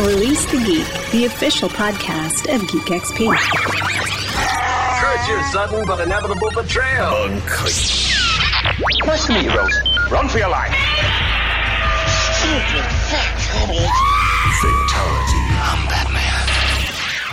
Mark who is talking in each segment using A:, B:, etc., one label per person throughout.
A: Release the Geek, the official podcast of Geek XP.
B: Courage your sudden but inevitable betrayal.
C: Uncut. Listen to me, Rose. Run for your life. Stupid fat
D: Fatality.
C: I'm Batman.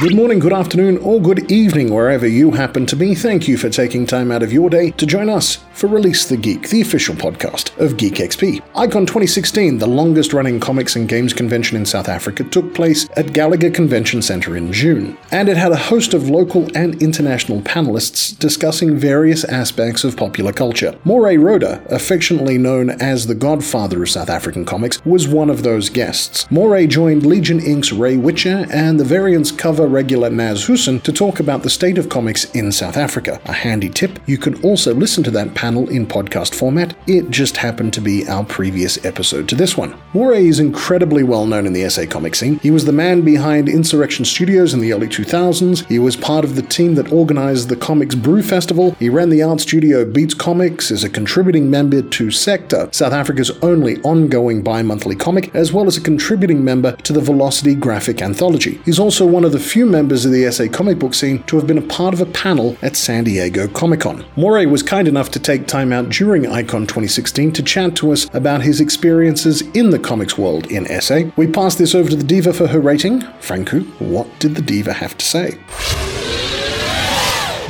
E: Good morning, good afternoon, or good evening, wherever you happen to be. Thank you for taking time out of your day to join us for Release the Geek, the official podcast of Geek XP. Icon 2016, the longest running comics and games convention in South Africa, took place at Gallagher Convention Center in June, and it had a host of local and international panelists discussing various aspects of popular culture. Moray Roda, affectionately known as the godfather of South African comics, was one of those guests. Moray joined Legion Inc.'s Ray Witcher and the variant's cover regular Naz Hussein to talk about the state of comics in South Africa. A handy tip you can also listen to that panel in podcast format. It just happened to be our previous episode to this one. Moray is incredibly well known in the SA comic scene. He was the man behind Insurrection Studios in the early 2000s. He was part of the team that organized the Comics Brew Festival. He ran the art studio Beats Comics, is a contributing member to Sector, South Africa's only ongoing bi monthly comic, as well as a contributing member to the Velocity Graphic Anthology. He's also one of the few few members of the SA comic book scene to have been a part of a panel at San Diego Comic Con. Moray was kind enough to take time out during Icon 2016 to chat to us about his experiences in the comics world in SA. We pass this over to the Diva for her rating. Franku, what did the Diva have to say?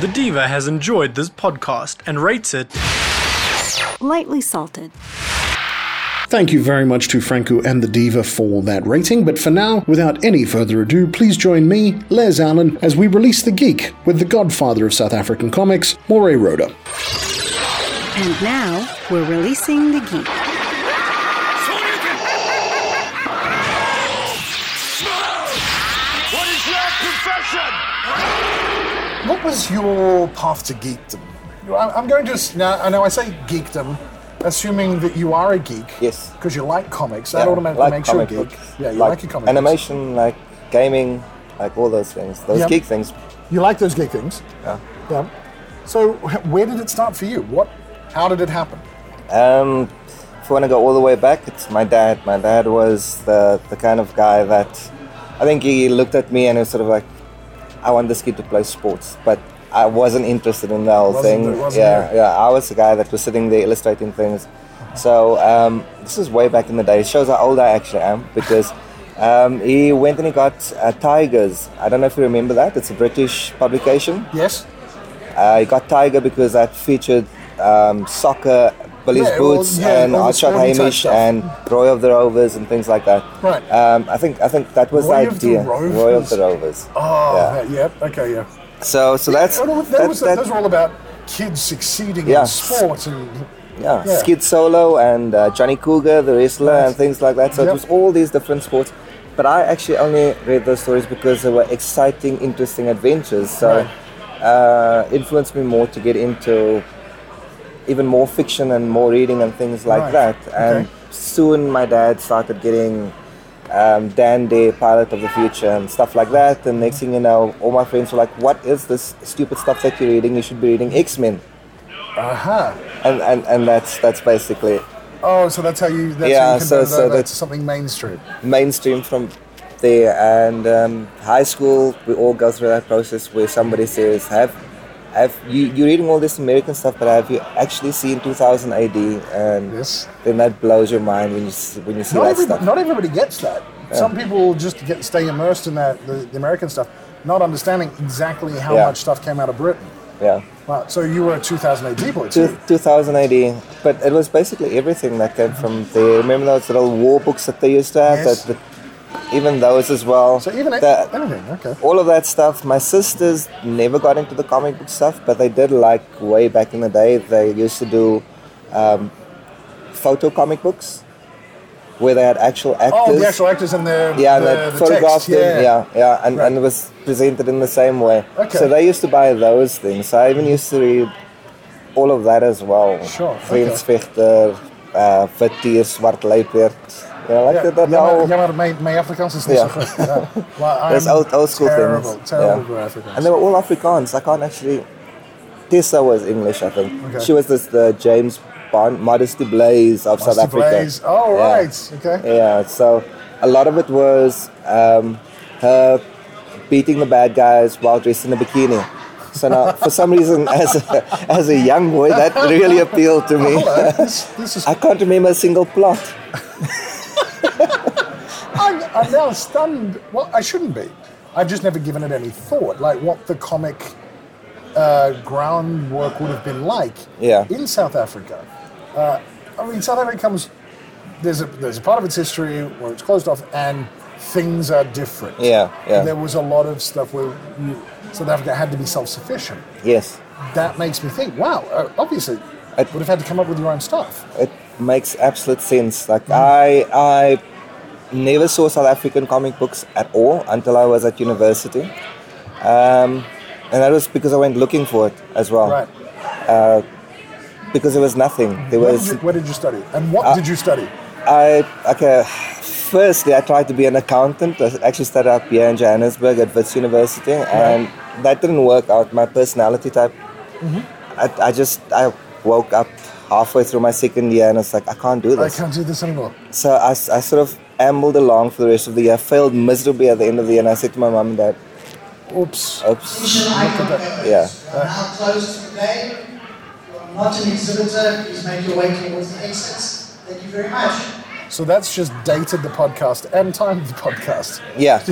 F: The Diva has enjoyed this podcast and rates it
A: lightly salted.
E: Thank you very much to Franco and the Diva for that rating, but for now, without any further ado, please join me, Les Allen, as we release The Geek with the godfather of South African comics, Moray Rhoda.
A: And now, we're releasing The Geek.
G: What was your path to geekdom? I'm going to now. I know I say geekdom, assuming that you are a geek.
H: Yes.
G: Because you like comics, that yeah, automatically
H: like
G: makes you a geek.
H: Books,
G: yeah, you like, like your comic
H: animation, books. like gaming, like all those things. Those
G: Yeah.
H: geek things.
G: You like those geek things.
H: Yeah.
G: Yeah. So wh- where did it start for you? What? How did it happen?
H: Um, if I want to go all the way back, it's my dad. My dad was the the kind of guy that I think he looked at me and was sort of like, I want this kid to play sports, but. I wasn't interested in the whole
G: Wasn't
H: thing.
G: it- wasn't
H: yeah,
G: it?
H: yeah. I was the guy that was sitting there illustrating things. So um, this is way back in the day. It shows how old I actually am because um, he went and he got uh, Tigers. I don't know if you remember that. It's a British publication.
G: Yes.
H: Uh, he got Tiger because that featured um, soccer, Billy's
G: Yeah, well,
H: Boots,
G: yeah,
H: and
G: all the
H: Archot
G: sporting type
H: Hamish,
G: stuff.
H: and Roy of the Rovers, and things like that.
G: Right.
H: Um, I think I think that was
G: Roy
H: the
G: of the
H: idea. Roy of
G: Rovers.
H: the Rovers.
G: Oh,
H: Yeah.
G: that- yep. Okay, yeah.
H: So so that's
G: Oh, no, that,
H: that-
G: was,
H: that-
G: those were all about kids succeeding
H: Yeah.
G: in sports and
H: yeah,
G: yeah.
H: Skid Solo and uh, Johnny Cougar, the wrestler, and things like that. So
G: Yep.
H: it was all these different sports. But I actually only read those stories because they were exciting, interesting adventures. So uh, influenced me more to get into even more fiction and more reading and things like
G: Right.
H: that. And
G: Okay.
H: soon my dad started getting um, Dan Day, Pilot of the Future, and stuff like that. And next thing you know, all my friends were like, "What is this stupid stuff that you're reading? You should be reading X Men."
G: aha.
H: And, and and that's that's basically
G: Oh, so that's how you. That's how
H: Yeah,
G: you can
H: so-
G: so,
H: so
G: that's
H: that's-
G: something mainstream.
H: mainstream from there. And um, high school, we all go through that process where somebody says, "Have, have you you're reading all this American stuff, but have you actually seen 2000 AD?" And
G: Yes.
H: then that blows your mind when you s- when you see
G: Not,
H: that
G: every,
H: stuff.
G: not everybody gets that. Some people just get stay immersed in that the, the American stuff, not understanding exactly how
H: Yeah.
G: much stuff came out of Britain.
H: yeah.
G: Wow. So you were a 2000 AD boy too.
H: Two- 2000 AD, but it was basically everything that came from there. Remember those little war books that they used to have?
G: Yes.
H: That, that, even those as well.
G: So even
H: that,
G: everything. Okay. Oh,
H: all of that stuff. My sisters never got into the comic book stuff, but they did like way back in the day. They used to do um, photo comic books where they had actual actors.
G: Oh, the actual actors and the
H: yeah, and
G: the,
H: they
G: the
H: photographed
G: text.
H: them. Yeah, yeah, and,
G: Right.
H: and it was presented in the same way.
G: Okay.
H: So they used to buy those things. So I even used to read all of that as well.
G: Sure,
H: Frans Vechter, uh, Vertier, Zwart Luiperd. You know, like
G: Yeah,
H: that. that
G: jammer-
H: all-
G: jammer, my, my Afrikaans is
H: Yeah.
G: niet zo goed. Ja. Well,
H: That's
G: I'm
H: old, old school
G: terrible,
H: things.
G: Terrible,
H: Yeah.
G: Afrikaans.
H: And they were all Afrikaans. I can't actually. Tessa was English, I think.
G: Okay.
H: She was this the James Bond, Modesty Blaze of South
G: Rusty
H: Africa.
G: Blaze. Oh,
H: Yeah.
G: right. Okay.
H: Yeah. So a lot of it was um, her beating the bad guys while dressed in a bikini. So now, for some reason, as a, as a young boy, that really appealed to me.
G: Hello, this, this is.
H: I can't remember a single plot.
G: I'm, I'm now stunned. Well, I shouldn't be. I've just never given it any thought, like what the comic uh, groundwork would have been like
H: Yeah.
G: in South Africa. Uh, I mean, South Africa comes. There's a there's a part of its history where it's closed off, and things are different.
H: Yeah, yeah.
G: There was a lot of stuff where you, South Africa had to be self-sufficient.
H: Yes,
G: That makes me think. Wow, uh, obviously,
H: I-
G: would have had to come up with your own stuff.
H: it makes absolute sense. Like I, I never saw South African comic books at all until I was at university, um, and that was because I went looking for it as well.
G: Right.
H: Because there was nothing. There
G: Where did,
H: was Uh,
G: you, where did you study? And what did you study?
H: I okay. Firstly, I tried to be an accountant. I actually started up here in Johannesburg at Wits University, and that didn't work out. My personality type. I, I just I woke up halfway through my second year, and I was like, I can't do
G: I
H: this.
G: can't do this anymore.
H: So I, s- I sort of ambled along for the rest of the year. Failed miserably at the end of the year, and I said to my mum and dad,
G: Oops.
H: "Oops,
G: Look at that.
H: yeah."
D: are now closed today. You are not an exhibitor. Please make your way towards the exits. Thank you very much.
G: So that's just dated the podcast and timed the podcast.
H: Yeah.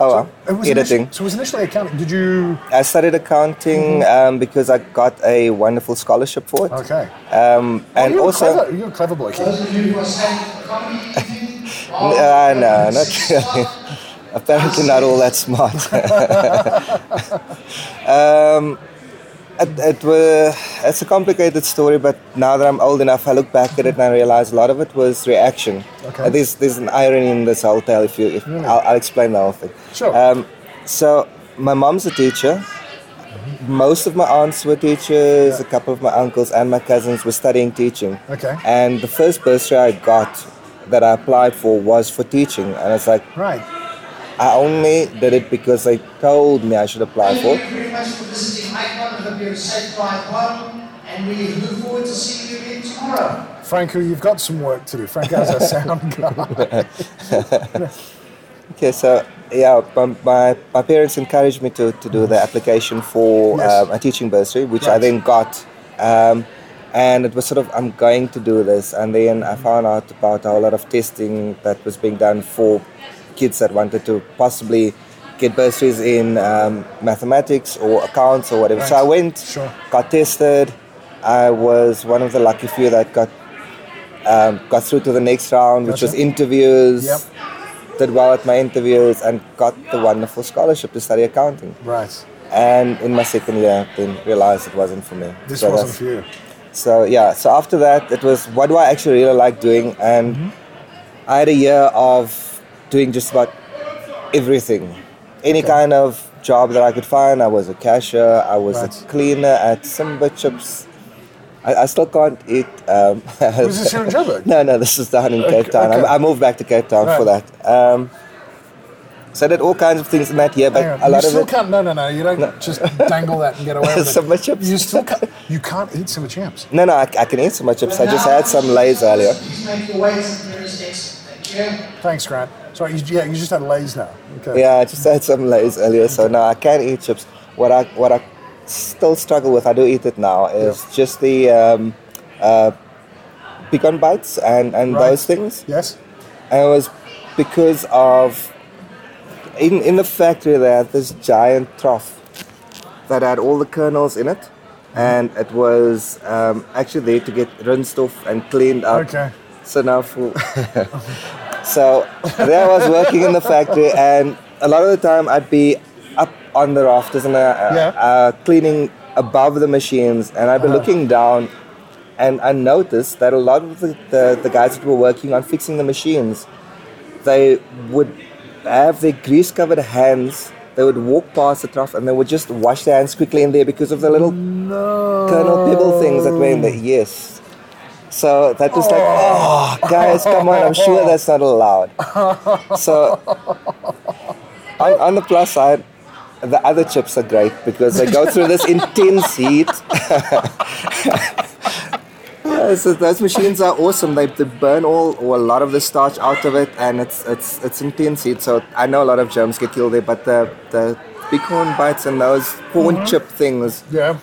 H: oh well.
G: It was
H: Editing.
G: initi- so it was initially accounting. Did you?
H: I studied accounting um, because I got a wonderful scholarship for it.
G: Okay. Oh,
H: Um, and
G: you're
H: also,
G: clever. you're a clever bloke.
D: Those of you who are staying for the comedy evening,
H: uh, no, not really. Apparently, not all that smart. um, it, it was, it's a complicated story, but now that I'm old enough, I look back at it and I realize a lot of it was reaction.
G: Okay.
H: Uh, There's, there's an irony in this whole tale. If you, if, I'll, I'll explain the whole thing.
G: Sure.
H: Um, so, my mom's a teacher. Most of my aunts were teachers. A couple of my uncles and my cousins were studying teaching.
G: Okay.
H: And the first bursary I got that I applied for was for teaching, and it's like
G: Right.
H: I only did it because they told me I should apply
D: thank
H: for.
D: you
H: it.
D: very much for visiting Icon. I hope you have a safe flight home, and we look forward to seeing you again tomorrow.
G: Franco, you've got some work to do. Franco has a sound guy.
H: Okay, so yeah, my, my, my parents encouraged me to, to do the application for
G: Yes.
H: um, a teaching bursary, which I
G: Right.
H: then got. Um, and it was sort of, I'm going to do this. And then
G: Mm-hmm.
H: I found out about a whole lot of testing that was being done for kids that wanted to possibly get bursaries in um, mathematics or accounts or whatever. So
G: Right.
H: I went,
G: Sure.
H: got tested. I was one of the lucky few that got um, got through to the next round, which was
G: Gotcha.
H: interviews
G: Yep.
H: did well at my interviews and got the wonderful scholarship to study accounting.
G: Right.
H: And in my second year, then realized it wasn't for me.
G: This
H: So
G: wasn't
H: that's-
G: for you.
H: So yeah, so after that, it was what do I actually really like doing? And
G: Mm-hmm.
H: I had a year of doing just about everything, any kind of job that I could find. I was a cashier, I was
G: Right.
H: a cleaner at Simba Chips. I, I still can't eat. Um,
G: Was this here in Joburg?
H: No, no, this is down in Cape Town.
G: okay.
H: I, I moved back to Cape Town for
G: Right.
H: that. Um, so I did all kinds of things in that year, but
G: Hang on.
H: a lot
G: you
H: of
G: still
H: it.
G: can't. No, no, no. You don't just dangle that and get away with it.
H: Summer chips.
G: You still can't. You can't eat summer chips.
H: No, no, I, I can eat so much chips. I just had some lays earlier.
D: Please make your way to the nearest exit. Thank you.
G: Thanks, Grant. Sorry. You, yeah, you just had lays now. Okay.
H: Yeah, I just had some lays earlier, so now I can eat chips. What I what I still struggle with, I do eat it now, is just the um, uh, pecan bites and, and
G: Right.
H: those things.
G: Yes.
H: And it was because of in in the factory they had this giant trough that had all the kernels in it,
G: Mm-hmm.
H: and it was um, actually there to get rinsed off and cleaned up.
G: Okay.
H: So now for so there I was working in the factory, and a lot of the time I'd be up on the rafters and uh, uh,
G: Yeah.
H: uh, cleaning above the machines, and I'd be looking down, and I noticed that a lot of the, the, the guys that were working on fixing the machines, they would have their grease covered hands. They would walk past the trough and they would just wash their hands quickly in there because of the little kernel pebble things that were in there. Yes. So that was like, oh, guys, come on, I'm sure that's not allowed. So, on, on the plus side, the other chips are great because they go through this intense heat. Those- those machines are awesome. They, they burn all or a lot of the starch out of it, and it's it's it's intense heat. So I know a lot of germs get killed there, but the the bighorn bites and those corn chip things.
G: Yeah.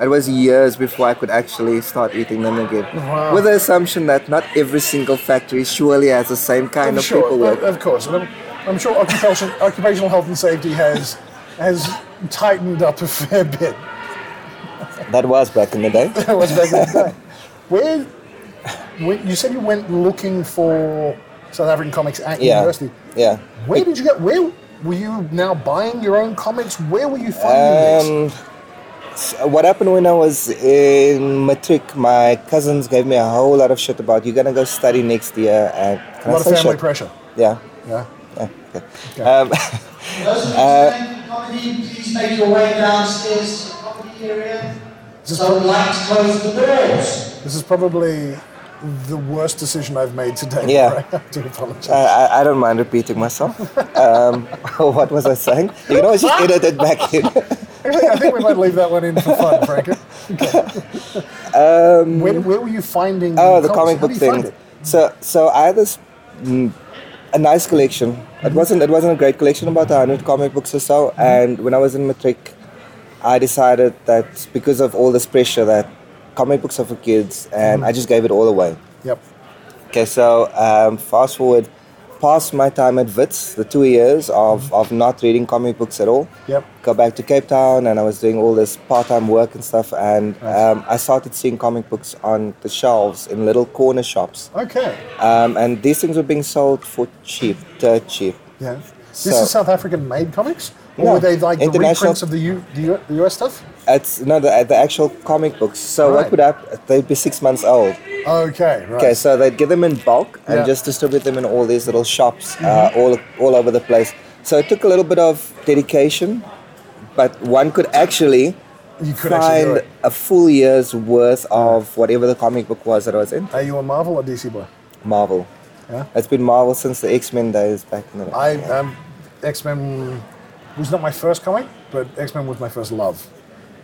H: It was years before I could actually start eating them again.
G: Wow.
H: With the assumption that not every single factory surely has the same kind
G: I'm
H: of
G: sure,
H: people
G: of,
H: work.
G: of course. And I'm, I'm sure occupation, occupational health and safety has has tightened up a fair bit.
H: That was back in the day.
G: That was back in the day. Where, where you said you went looking for South African comics at
H: yeah.
G: university.
H: Yeah.
G: Where did you get? Where were you now buying your own comics? Where were you finding
H: Um, so what happened when I was in matric? My cousins gave me a whole lot of shit about you're gonna go study next year and
G: this?
H: can
G: A
H: I
G: lot of
H: say
G: family
H: shit?
G: pressure.
H: Yeah.
G: Yeah.
H: Um,
D: Those of you uh, comedy, please make your way downstairs to the comedy area. So light close the doors.
G: This is probably the worst decision I've made today.
H: Yeah. Uh,
G: Right? I do apologize.
H: I, I, I don't mind repeating myself. Um, what was I saying? You can always just edit it back in.
G: Actually, I think we might leave that one in for fun, Frankie. Um, where, where were you finding?
H: Oh, the comic
G: comics? How
H: book
G: do you find
H: thing.
G: it?
H: So, so I had this mm, a nice collection.
G: Mm-hmm.
H: It wasn't it wasn't a great collection, about hundred comic books or so. And when I was in matric, I decided that because of all this pressure that comic books are for kids, and
G: Mm-hmm.
H: I just gave it all away.
G: Yep.
H: Okay, so um, fast forward past my time at Wits, the two years of, of not reading comic books at all.
G: Mm-hmm. Yep.
H: Go back to Cape Town and I was doing all this part time work and stuff. And um, I started seeing comic books on the shelves in little corner shops.
G: Okay.
H: Um, and these things were being sold for cheap, dirt cheap.
G: Yeah. This
H: So-
G: is South African made comics? Or
H: Yeah.
G: were they like the
H: International-
G: reprints of the, U, the, U, the US stuff?
H: It's no, the, the actual comic books. So
G: Right.
H: what would happen? They'd be six months old.
G: Okay, right.
H: Okay, so they'd get them in bulk and
G: Yeah. Mm-hmm.
H: just distribute them in all these little shops uh, all, all over the place. So it took a little bit of dedication, but one could actually
G: you could actually do
H: find
G: it.
H: a full year's worth of whatever the comic book was that I was in.
G: Are you a Marvel or DC boy?
H: Marvel.
G: Yeah.
H: It's been Marvel since the X Men days back in the day.
G: I um, X Men was not my first comic, but X Men was my first love.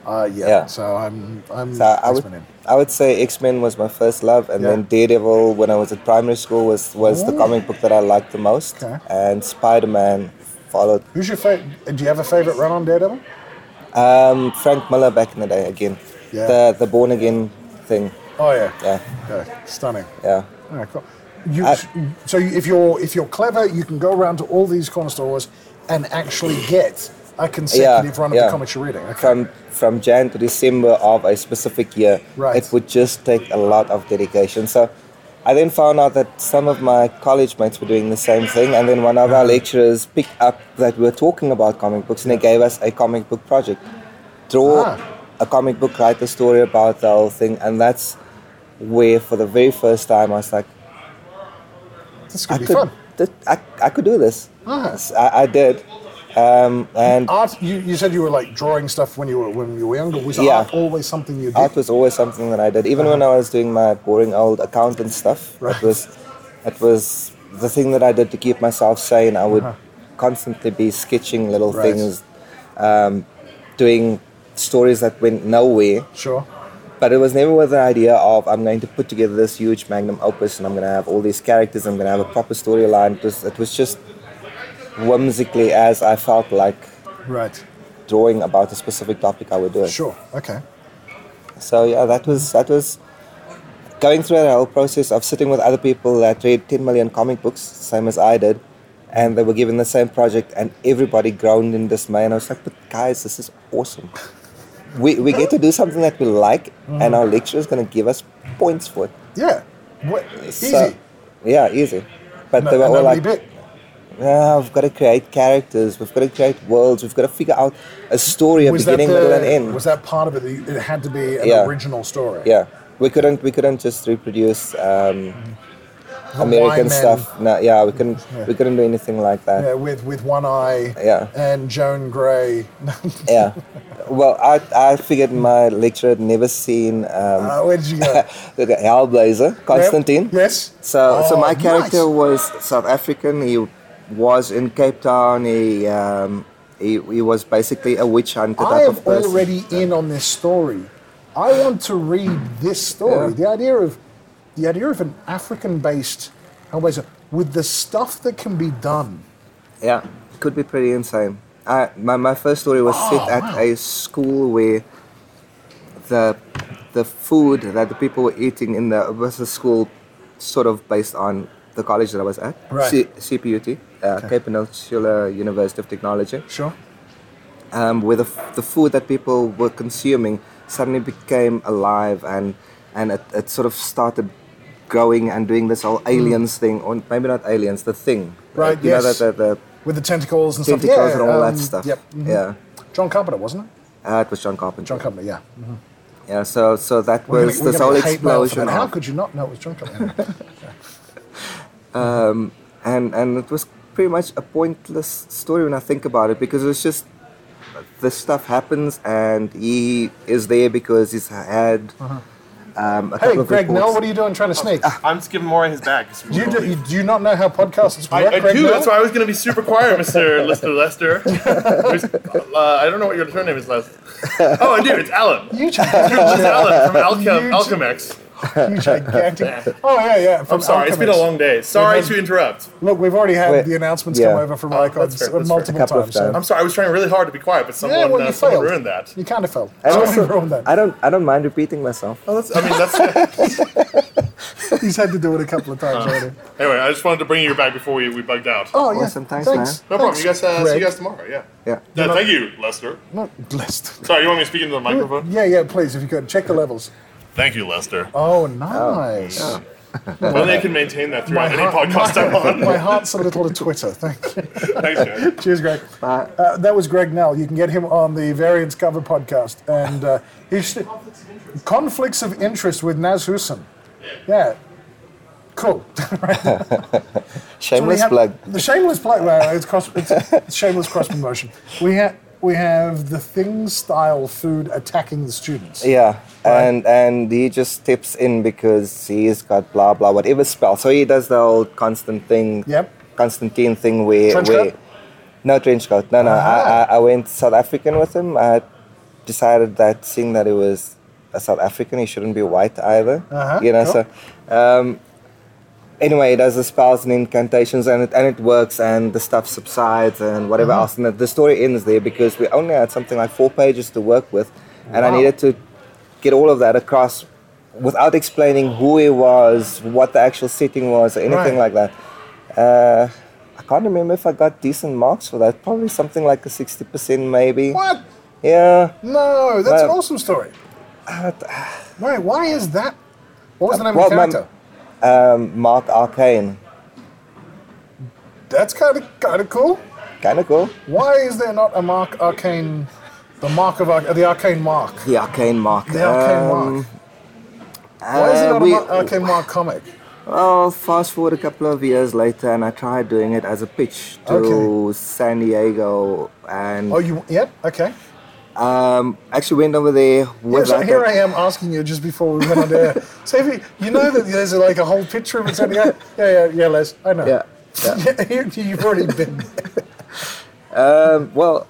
G: Uh, yeah,
H: Yeah.
G: So I'm I'm
H: So I would,
G: X-Men in.
H: I would say X Men was my first love, and
G: Yeah. Oh.
H: then Daredevil when I was at primary school was, was the comic book that I liked the most,
G: Okay.
H: and Spider Man followed
G: Who's your favorite? Do you have a favorite run on Daredevil?
H: Um, Frank Miller back in the day again.
G: Yeah.
H: The the born again thing.
G: Oh yeah.
H: Yeah, Uh,
G: Okay. Stunning.
H: yeah.
G: All right, cool. You,
H: I-
G: so you- if you're if you're clever, you can go around to all these corner stores and actually get a consecutive run of
H: yeah.
G: the comics you're reading. Okay.
H: From from Jan to December of a specific year.
G: Right.
H: It would just take a lot of dedication. So I then found out that some of my college mates were doing the same thing, and then one of
G: Uh-huh.
H: our lecturers picked up that we were talking about comic books, and they gave us a comic book project. Draw
G: Ah.
H: a comic book, write a story about the whole thing, and that's where, for the very first time, I was like, I
G: This could be
H: could,
G: fun. Ah.
H: th- I, I could do this.
G: Nice.
H: I, I did. Um, and
G: Art. You, you said you were like drawing stuff when you were when you were younger. Was
H: Yeah.
G: art always something you did?
H: art was always something that I did. Even when I was doing my boring old accountant stuff,
G: Right.
H: it was it was the thing that I did to keep myself sane. I would constantly be sketching little
G: Uh-huh. Right.
H: things, um, doing stories that went nowhere.
G: Sure.
H: But it was never with an idea of I'm going to put together this huge magnum opus and I'm going to have all these characters. I'm going to have a proper storyline. It was, it was just whimsically as I felt like
G: Right.
H: drawing about a specific topic, I would do it.
G: Sure. Okay.
H: So yeah, that was that was going through that whole process of sitting with other people that read 10 million comic books, same as I did, and they were given the same project, and everybody groaned in dismay. And I was like, "But guys, this is awesome. We we get to do something that we like,
G: Mm.
H: and our lecturer is going to give us points for it."
G: Yeah. What, easy.
H: So- yeah, easy. But
G: No-
H: they were all
G: nobody
H: like,
G: bit.
H: "Ah, we've got to create characters, we've got to create worlds, we've got to figure out a story, a
G: Was that
H: beginning,
G: the-
H: middle, and end.
G: Was that part of it? that you- It had to be an
H: Yeah.
G: original story.
H: Yeah, we couldn't we couldn't just reproduce um,
G: The
H: American
G: Wyman,
H: stuff. No, yeah, we couldn't
G: Yeah.
H: we couldn't do anything like
G: Yeah,
H: that.
G: with with one eye.
H: Yeah.
G: And Joan Grey.
H: Yeah. Well, I, I figured my lecturer had never seen um,
G: Uh, where did you go?
H: Hellblazer, Constantine.
G: Yes.
H: So so
G: Oh,
H: my character
G: nice.
H: was South African. He was in Cape Town. He um, he, he was basically a witch hunter.
G: I
H: type of
G: am
H: person.
G: already in on this story I want to read this story.
H: Yeah.
G: The idea of the idea of an African-based Hellblazer with the stuff that can be done.
H: Yeah, could be pretty insane. I, my, my first story was set at
G: Oh, wow.
H: a school where the the food that the people were eating in the was the school sort of based on the college that I was at,
G: Right.
H: C- CPUT, uh, Cape Peninsula University of Technology,
G: Sure.
H: um, where the, f- the food that people were consuming suddenly became alive and and it, it sort of started growing and doing this whole aliens thing, or maybe not aliens, the thing,
G: Hmm. Right,
H: You know,
G: yes.
H: the, the, the
G: With the tentacles and
H: Safety
G: stuff.
H: clothes and all
G: um,
H: that stuff.
G: Yep. mhm.
H: Yeah.
G: John Carpenter, wasn't it?
H: Uh, it was John Carpenter.
G: John Carpenter, yeah.
H: Yeah, so so that
G: We're
H: was
G: gonna- we're
H: this
G: gonna
H: whole
G: get hate mail for
H: explosion.
G: that. How
H: of-
G: could you not know it was John Carpenter?
H: and and it was pretty much a pointless story when I think about it because it's just this stuff happens and he is there because he's had um, a
G: Uh-huh. hey,
H: couple of Ah.
G: Greg
H: reports.
G: Nell, what are you doing trying to sneak?
I: I'm just giving more of his back. It's
G: You
I: cool.
G: do, you do not know how podcasts
I: I,
G: work,
I: I
G: Greg
I: do.
G: Nell?
I: That's why I was going to be super quiet, Mister Lester Lester. There's- uh, I don't know what your surname is, Lester. Oh, I do. It's Alan.
G: You just-
I: It's Alan from Alchem,
G: Huge.
I: Alchemex.
G: you gigantic. Oh, yeah, yeah.
I: I'm
G: from
I: sorry. It's been a
G: Alchemist.
I: long day. Sorry
G: Mhm.
I: to interrupt.
G: Look, we've already had
H: Wait,
G: the announcements
H: yeah.
G: come over from
I: Oh, that's
G: Icons
I: fair, that's
G: multiple
H: fair. A couple of
G: times. so-
H: times.
I: I'm sorry. I was trying really hard to be quiet, but someone,
G: Yeah, well,
I: uh,
G: you
I: someone
G: failed.
I: ruined that.
G: You kind of failed.
H: And
G: Someone
H: also,
G: ruined that.
H: I don't I don't mind repeating myself.
I: Oh,
G: uh,
I: that's, I mean, that's.
G: He's had to do it a couple of
I: Uh-huh.
G: times already.
I: anyway, I just wanted to bring you back before we, we bugged out.
G: Oh, yeah.
H: Awesome, thanks, man.
I: no problem. You guys uh, see
G: Greg.
I: you guys tomorrow. Yeah.
H: Yeah.
I: Yeah, thank you, Lester.
G: No, blessed.
I: Sorry, you want me to speak into the microphone?
G: Yeah, yeah, please, if you could. Check the levels.
I: Thank you, Lester.
G: Oh, nice.
I: Well, Only I can maintain that
G: My
I: throughout any
G: heart-
I: podcast I'm on.
G: My heart's a little to Twitter. Thank you.
I: Thanks, guys.
G: Cheers, Greg. Uh, that was Greg Nell. You can get him on the Variance Cover podcast and uh, his conflicts of interest with Naz Hussen. Yeah, cool. So we
H: Shameless
G: have-
H: plug.
G: The shameless plug. Well, it's, cross, it's shameless cross promotion. We have we have the thing style food attacking the students.
H: Yeah. And and he just steps in because he's got blah blah whatever spell. So he does the whole constant thing.
G: Yep.
H: Constantine thing where
G: Trench
H: where
G: coat? Ah.
H: no trench coat. No no. I, I I went South African with him. I decided that seeing that he was a South African, he shouldn't be white either.
G: Uh-huh,
H: You know
G: cool.
H: so. Um, anyway, he does the spells and incantations, and it and it works, and the stuff subsides and whatever
G: Mm-hmm.
H: else. And the, the story ends there because we only had something like four pages to work with, and I
G: Wow.
H: needed to get all of that across without explaining who he was, what the actual setting was, or anything
G: Right.
H: like that. Uh, I can't remember if I got decent marks for that. Probably something like a sixty percent, maybe.
G: What?
H: Yeah.
G: No, that's an
H: Well- uh,
G: awesome story. Wait, why is that? What was the name
H: Well,
G: of the
H: my-
G: character?
H: Um, Mark Arcane.
G: That's kind of kind of cool.
H: Kind of cool.
G: Why is there not a mark arcane, the mark of Arc- the arcane mark,
H: The Arcane Mark.
G: the
H: Um,
G: arcane mark? Why is it
H: uh,
G: not
H: we-
G: a mark, arcane mark comic?
H: Well, fast forward a couple of years later, and I tried doing it as a pitch to
G: Okay.
H: San Diego, and
G: Oh, you? Yep. Okay.
H: um, actually went over there
G: Yeah,
H: with
G: so
H: that.
G: here I am asking you just before we went on air. So if you, you know that there's like a whole picture of it. so Yeah, yeah, yeah, yeah, Les. I know.
H: Yeah,
G: you, you've already been.
H: Well,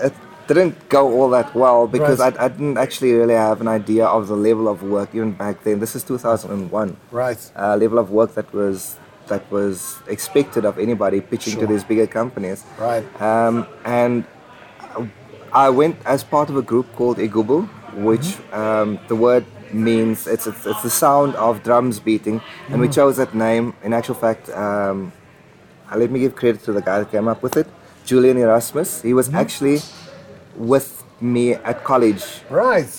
H: it didn't go all that well because
G: Right.
H: I, I didn't actually really have an idea of the level of work even back then. This is 2001.
G: Right.
H: Uh, level of work that was that was expected of anybody pitching to these bigger companies.
G: Right.
H: Um, and I went as part of a group called Igubu, which um, the word means it's, it's it's the sound of drums beating, and we chose that name. In actual fact, um, uh, let me give credit to the guy that came up with it, Julian Erasmus. He was actually with me at college
G: Right.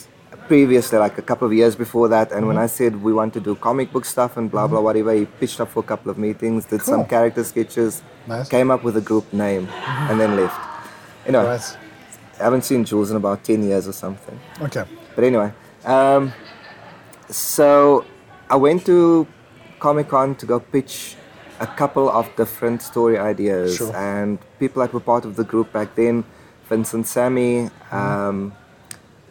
H: previously, like a couple of years before that, and when I
G: Mm-hmm.
H: said we want to do comic book stuff and blah blah whatever, he pitched up for a couple of meetings, did some
G: Cool.
H: character sketches,
G: Nice.
H: came up with a group name, and then left. Anyway,
G: Right.
H: I haven't seen Jules in about ten years or something.
G: Okay.
H: But anyway, um, so I went to Comic Con to go pitch a couple of different story ideas,
G: Sure.
H: and people that were part of the group back then, Vincent Sammy, um,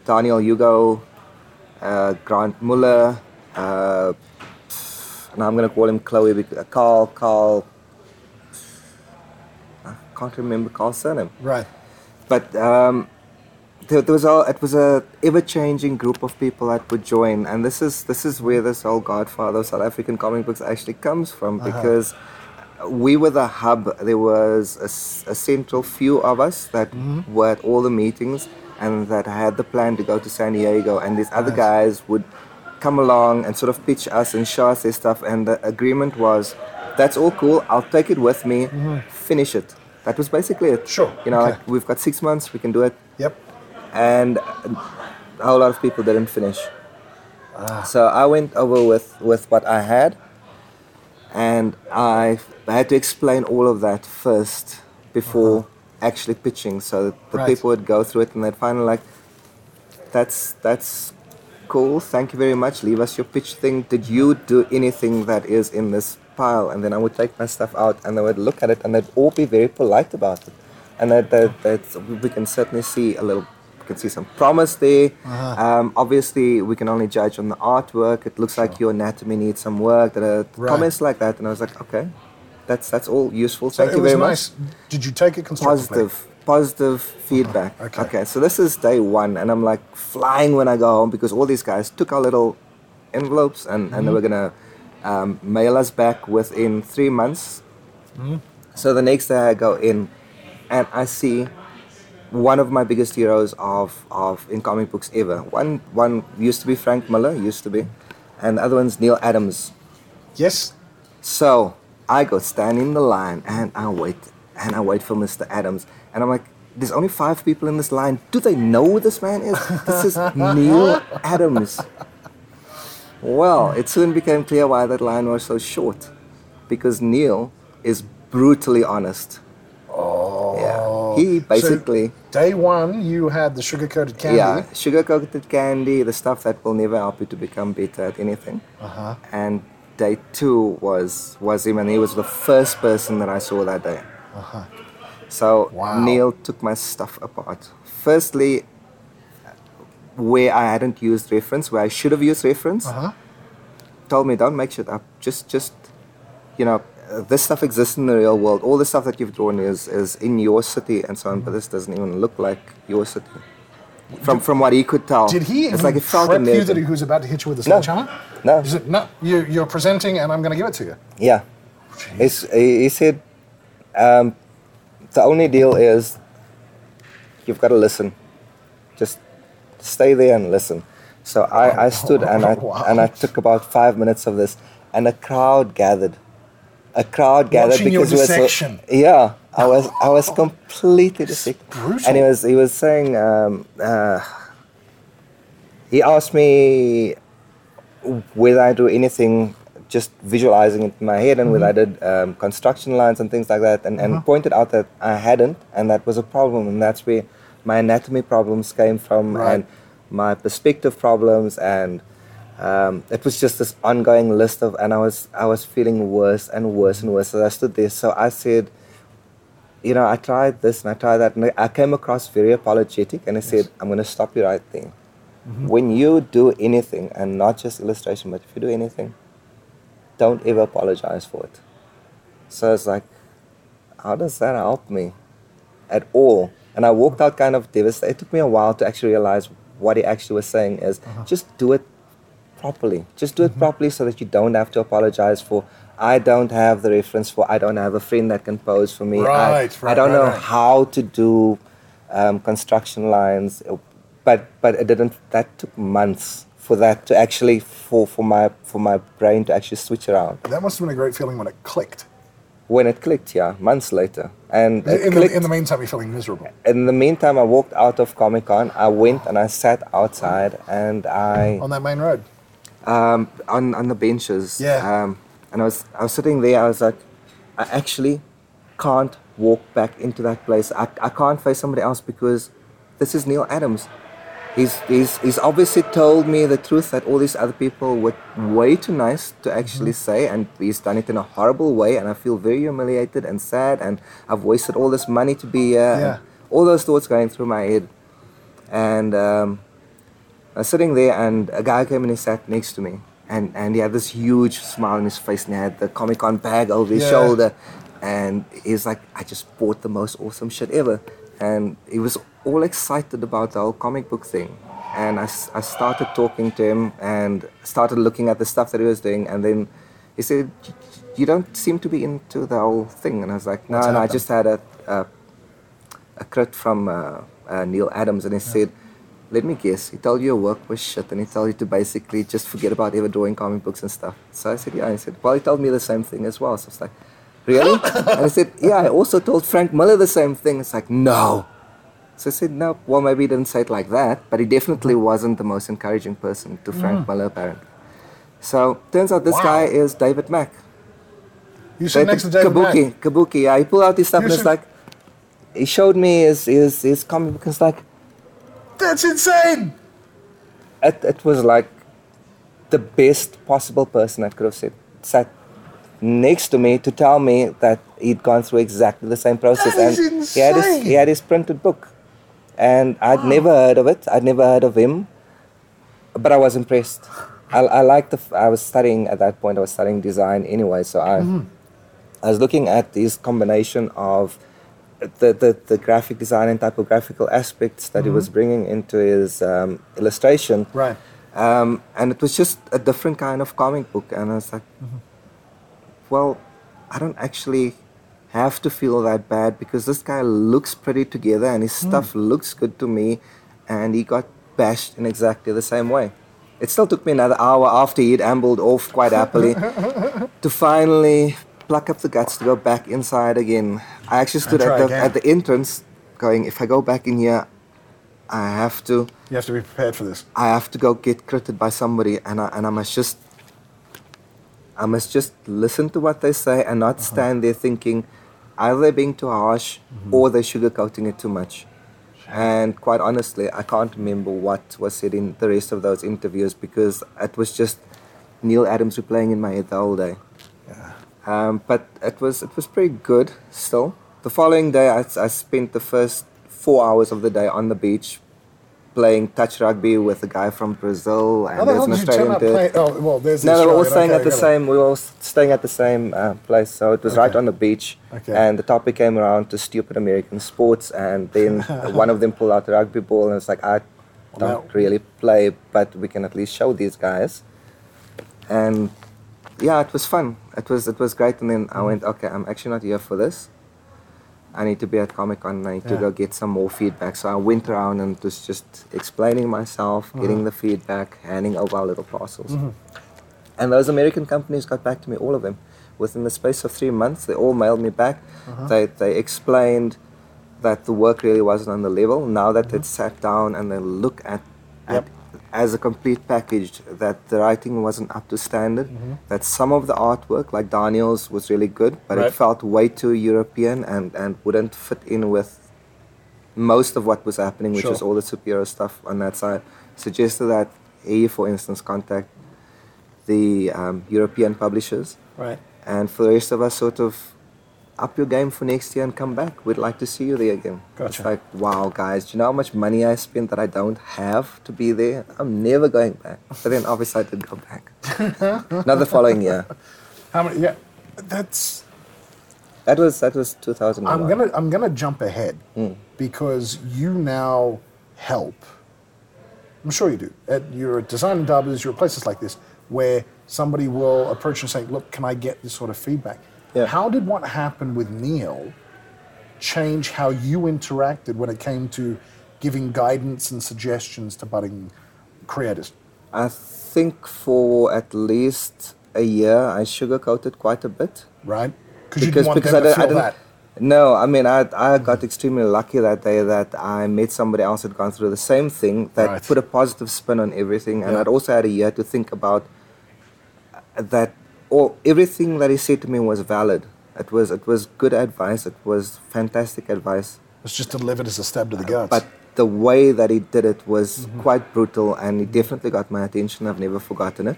H: Daniel Hugo, uh, Grant Muller, uh, and I'm gonna call him Chloe, because, uh, Carl, Carl. I can't remember Carl's surname
G: Right.
H: but um, there, there was all it was a ever-changing group of people that would join and this is this is where this whole godfather of south african comic books actually comes from
G: Uh-huh.
H: because we were the hub there was a, s- a central few of us that
G: Mm-hmm.
H: were at all the meetings and that had the plan to go to san diego and these other guys would come along and sort of pitch us and show us their stuff and the agreement was that's all cool i'll take it with me finish it that was basically it
G: Mm-hmm. Sure,
H: you know
G: okay.
H: like we've got six months we can do it
G: Yep.
H: and a whole lot of people didn't finish. So I went over with, with what I had, and I had to explain all of that first before actually pitching, so that the
G: Right.
H: people would go through it and they'd finally like, "That's that's cool. Thank you very much. Leave us your pitch thing. Did you do anything that is in this pile?" And then I would take my stuff out, and they would look at it, and they'd all be very polite about it, and that that, that we can certainly see a little. We can see some promise there.
G: Uh-huh.
H: Um, obviously, we can only judge on the artwork. It looks like your anatomy needs some work. da-da.
G: Right.
H: Comments like that, and I was like, okay, that's that's all useful.
G: So
H: Thank
G: it
H: you
G: was
H: very much
G: nice. Did you take it constructively?
H: positive positive feedback
G: Okay.
H: so this is day one and i'm like flying when i go home because all these guys took our little envelopes and, and they were gonna um, mail us back within three months so the next day i go in and i see one of my biggest heroes of, of in comic books ever one one used to be frank miller used to be and the other one's neil adams
G: Yes.
H: so I go stand in the line and I wait and I wait for Mr. Adams and I'm like, there's only five people in this line. Do they know who this man is? This is Neil Adams. Well, it soon became clear why that line was so short. Because Neil is brutally honest. Oh. Yeah. He basically
G: So day one, you had the sugar coated candy.
H: yeah, sugar coated candy, the stuff that will never help you to become better at anything. Uh-huh. And day two was was him, and he was the first person that I saw that day. Uh-huh. So
G: Wow.
H: Neil took my stuff apart. Firstly, where I hadn't used reference, where I should have used reference,
G: Uh-huh.
H: told me don't make shit up. Just just you know. uh, This stuff exists in the real world. All the stuff that you've drawn is is in your city and so on, but this doesn't even look like your city from from what he could tell.
G: Did he
H: It's
G: even
H: like it felt
G: prep you that
H: amazing.
G: he was about to hit you with a
H: No.
G: sledgehammer?
H: No.
G: He said, no, you, you're presenting and I'm going to give it to you.
H: Yeah, He's, he he said, um, the only deal is you've got to listen. Just stay there and listen. So I, I stood and I
G: Wow.
H: and I took about five minutes of this, and a crowd gathered. A crowd gathered
G: Watching your
H: because it was so,
G: dissection.
H: yeah. I was I was completely dissected.
G: brutal.
H: And he was he was saying um, uh, he asked me whether I do anything, just visualizing it in my head, and whether I did um, construction lines and things like that, and, and pointed out that I hadn't, and that was a problem, and that's where my anatomy problems came from,
G: Right.
H: and my perspective problems, and um, it was just this ongoing list of, and I was I was feeling worse and worse and worse as I stood there. So I said, you know, I tried this and I tried that, and I came across very apologetic, and I said, I'm going to stop you right there. Mm-hmm. When you do anything, and not just illustration, but if you do anything, don't ever apologize for it. So it's like, how does that help me at all? And I walked out kind of devastated. It took me a while to actually realize what he actually was saying is
G: Uh-huh.
H: just do it properly. Just do
G: Mm-hmm.
H: it properly so that you don't have to apologize for. I don't have the reference for. I don't have a friend that can pose for me. I-
G: Right,
H: I,
G: right,
H: don't
G: right,
H: know
G: right.
H: how to do um, construction lines, but but it didn't. That took months for that to actually for for my for my brain to actually switch around.
G: That must have been a great feeling when it clicked.
H: When it clicked, yeah, months later, and it
G: In the,
H: clicked
G: in the meantime, you're feeling miserable.
H: in the meantime, I walked out of Comic Con. I went and I sat outside and I
G: On that main road.
H: on on the benches.
G: Yeah.
H: Um, and I was I was sitting there. I was like, I actually can't walk back into that place. I, I can't face somebody else because this is Neil Adams. He's, he's, he's obviously told me the truth that all these other people were way too nice to actually
G: Mm-hmm.
H: say, and he's done it in a horrible way, and I feel very humiliated and sad, and I've wasted all this money to be here. and
G: Yeah.
H: All those thoughts going through my head. And um, I was sitting there, and a guy came and he sat next to me, and, and he had this huge smile on his face, and he had the Comic Con bag over his
G: Yeah.
H: shoulder, and he's like, "I just bought the most awesome shit ever," and he was all excited about the whole comic book thing. And I, s- I started talking to him and started looking at the stuff that he was doing. And then he said, You don't seem to be into the whole thing. And I was like, No, no, I just had a, a, a crit from uh, uh, Neil Adams. And he said, Let me guess, he told you your work was shit. And he told you to basically just forget about ever drawing comic books and stuff. So I said, Yeah. And he said, Well, he told me the same thing as well. So I was like, Really? and I said, Yeah, I also told Frank Miller the same thing. It's like, No. So I said, no, well, maybe he didn't say it like that, but he definitely wasn't the most encouraging person to Frank Miller, apparently. So turns out this guy is David Mack.
G: You sit next to David
H: Kabuki.
G: Mack.
H: Kabuki, yeah. He pulled out his stuff
G: You
H: and it's
G: should-
H: like, he showed me his, his, his comic book. It's like,
G: That's insane.
H: it, it was like the best possible person that could have sit, sat next to me to tell me that he'd gone through exactly the same process.
G: That is
H: and He, had his, he
G: insane.
H: had his printed book. And I'd never heard of it, I'd never heard of him, but I was impressed. I, I liked the. F- I was studying at that point. I was studying design anyway, so I, I was looking at this combination of the, the, the graphic design and typographical aspects that he was bringing into his um, illustration.
G: Right.
H: Um, and it was just a different kind of comic book. And I was like,
G: Mm-hmm.
H: well, I don't actually have to feel that bad because this guy looks pretty together and his
G: Hmm.
H: stuff looks good to me. And he got bashed in exactly the same way. It still took me another hour after he'd ambled off quite happily to finally pluck up the guts to go back inside again. I actually stood
G: try
H: at the,
G: again.
H: at the entrance going, if I go back in here, I have to.
G: You have to be prepared for this.
H: I have to go get critted by somebody, and I and I must just, I must just listen to what they say and not
G: Uh-huh.
H: stand there thinking, either they're being too harsh
G: Mm-hmm.
H: or they're sugarcoating it too much. And quite honestly, I can't remember what was said in the rest of those interviews because it was just Neil Adams replaying in my head the whole day. Um, but it was it was pretty good still. The following day, I, I spent the first four hours of the day on the beach playing touch rugby with a guy from Brazil and
G: How the
H: there's
G: hell
H: an
G: did you turn
H: Australian
G: up
H: dude.
G: playing? Oh, well, there's the
H: no, they were all
G: Australian.
H: staying
G: Okay,
H: at the
G: I get it.
H: same. We were all staying at the same uh, place, so it was right on the beach.
G: Okay.
H: And the topic came around to stupid American sports, and then one of them pulled out the rugby ball, and it's like I don't
G: Wow.
H: really play, but we can at least show these guys. And yeah, it was fun. It was it was great, and then I went, okay, I'm actually not here for this. I need to be at Comic Con. and I need to
G: Yeah.
H: go get some more feedback. So I went around and was just explaining myself, getting the feedback, handing over our little parcels. And those American companies got back to me, all of them, within the space of three months. They all mailed me back. They, they explained that the work really wasn't on the level. Now that they'd sat down and they look at, at as a complete package, that the writing wasn't up to standard,
G: Mm-hmm.
H: that some of the artwork, like Daniel's, was really good, but it
I: Right.
H: felt way too European and, and wouldn't fit in with most of what was happening, which
G: Sure.
H: was all the superhero stuff on that side, suggested that he, for instance, contact the um, European publishers.
G: Right.
H: And for the rest of us, sort of up your game for next year and come back. We'd like to see you there again.
G: Gotcha.
H: It's like, wow, guys, do you know how much money I spent that I don't have to be there? I'm never going back. But then obviously I did go back. Not the following year.
G: How many? Yeah, that's.
H: That was that was 2001.
G: I'm gonna I'm gonna jump ahead
H: Hmm.
G: because you now help. I'm sure you do. At your design and dubbers, your places like this, where somebody will approach and say, "Look, can I get this sort of feedback?"
H: Yeah.
G: How did what happened with Neil change how you interacted when it came to giving guidance and suggestions to budding creators?
H: I think for at least a year, I sugarcoated quite a bit.
G: Right? Because you didn't want
H: I
G: them to
H: don't- I
G: feel
H: don't-
G: that.
H: No, I mean, I, I got extremely lucky that day that I met somebody else who'd gone through the same thing that
G: Right.
H: put a positive spin on everything. And
G: Yeah.
H: I'd also had a year to think about that all, everything that he said to me was valid. It was, it was good advice, it was fantastic advice.
G: It's just delivered as a stab to the guts.
H: But the way that he did it was
G: Mm-hmm.
H: quite brutal, and he definitely got my attention. I've never forgotten it.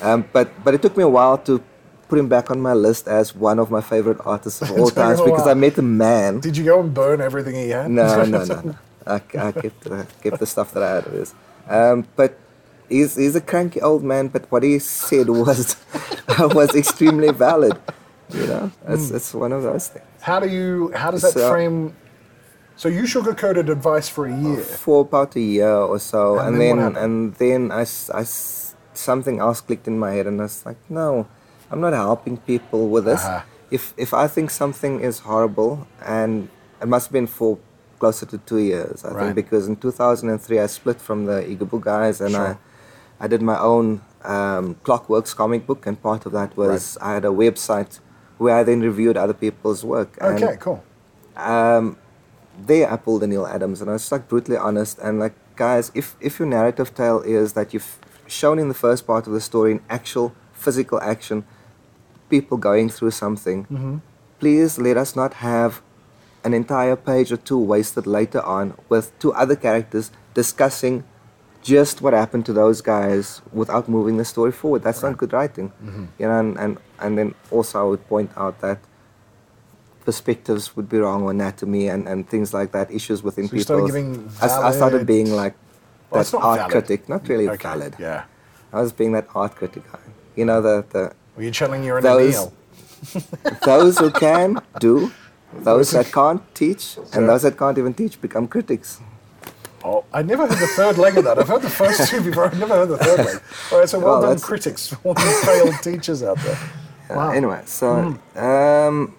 H: Um, but but it took me a while to put him back on my list as one of my favorite artists of all
G: took him
H: times
G: a
H: because
G: while.
H: I met the man.
G: did you go and burn everything he had?
H: No, no, no, no. I, I kept the, kept the stuff that I had of his. Um, but he's, he's a cranky old man. But what he said was was extremely
G: Mm.
H: valid. You know, it's, it's one of those things.
G: How do you? How does that
H: So-
G: frame So you sugarcoated advice for a year.
H: for about a year or so,
G: And
H: and,
G: then
H: then,
G: what happened?
H: and then I, s- I s- something else clicked in my head, and I was like, no, I'm not helping people with this.
G: Uh-huh.
H: If if I think something is horrible, and it must have been for closer to two years, I
G: Right.
H: think, because in 2003 I split from the Igable guys, and
G: Sure.
H: I I did my own um, Clockworks comic book, and part of that was I had a website where I then reviewed other people's work. and
G: Okay, cool.
H: there I pulled a Neil Adams and I was just like brutally honest and like guys if if your narrative tale is that you've shown in the first part of the story in actual physical action people going through something please let us not have an entire page or two wasted later on with two other characters discussing just what happened to those guys without moving the story forward that's not good writing
G: Mm-hmm.
H: you know and, and and then also I would point out that perspectives would be wrong on anatomy and, and things like that, issues within
G: So you
H: people.
G: started giving
H: I, s- I started
G: valid-
H: being like
G: Well,
H: that
G: it's not
H: art
G: valid.
H: critic, not really
G: Okay,
H: valid.
G: Yeah.
H: I was being that art critic. You know, the, the
G: Were you telling you're an
H: Those-
G: Neil?
H: those who can do, those that can't teach, and those that can't even teach become critics.
G: Oh, I never heard the third leg of that. I've heard the first two before. I've never heard the third leg. All right, so well,
H: Well,
G: done,
H: that's-
G: critics, all the failed teachers out there. Wow.
H: Uh, Anyway, so um,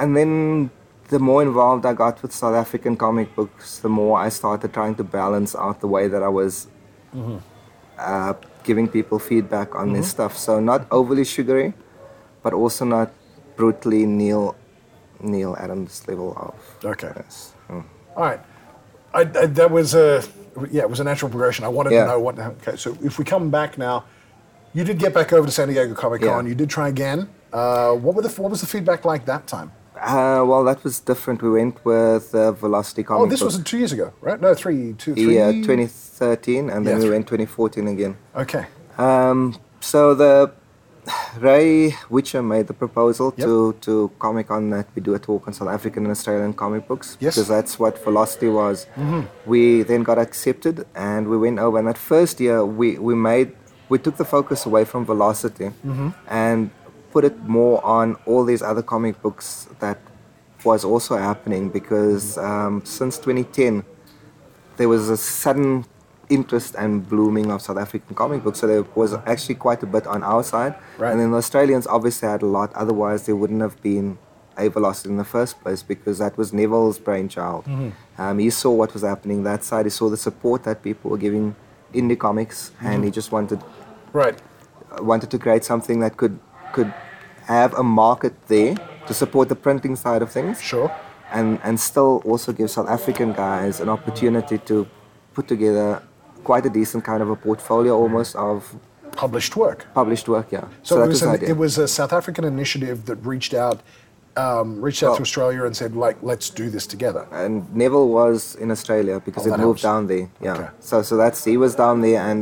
H: and then the more involved I got with South African comic books, the more I started trying to balance out the way that I was uh, giving people feedback on their stuff. So not overly sugary, but also not brutally Neil Neil Adams level of.
G: Okay.
H: Yes. Hmm.
G: All right. I, I, that was a yeah, it was a natural progression. I wanted
H: Yeah.
G: to know what. Okay, so if we come back now, you did get back over to San Diego Comic Con.
H: Yeah.
G: You did try again. Uh, what were the what was the feedback like that time?
H: Uh, well, that was different. We went with uh, Velocity
G: Oh,
H: comic.
G: this was
H: book,
G: two years ago, right? No, three, two, three.
H: yeah, 2013, and then
G: Yeah,
H: we
G: three-
H: went 2014 again.
G: Okay.
H: So the Ray Witcher made the proposal
G: Yep.
H: to, to Comic Con that we do a talk on South African and Australian comic books
G: Yes. Mm-hmm.
H: because that's what Velocity was. We then got accepted and we went over. And that first year, we, we made we took the focus away from Velocity
G: Mm-hmm.
H: and put it more on all these other comic books that was also happening because um, since 2010 there was a sudden interest and blooming of South African comic books. So there was actually quite a bit on our side.
G: Right.
H: And then the Australians obviously had a lot, otherwise there wouldn't have been a velocity in the first place because that was Neville's brainchild. Um, he saw what was happening that side, he saw the support that people were giving indie comics and he just wanted
G: Right.
H: wanted to create something that could could have a market there to support the printing side of things
G: Sure.
H: and and still also give South African guys an opportunity to put together quite a decent kind of a portfolio almost of
G: Published work.
H: published work. Yeah.
G: So, it, was
H: the
G: an,
H: idea.
G: it was a South African initiative that reached out, um, reached out
H: Well-
G: to Australia and said, like, let's do this together.
H: and Neville was in Australia because
G: Oh,
H: he
G: that
H: moved
G: helps.
H: down there. Yeah.
G: Okay.
H: So so that's he was down there and.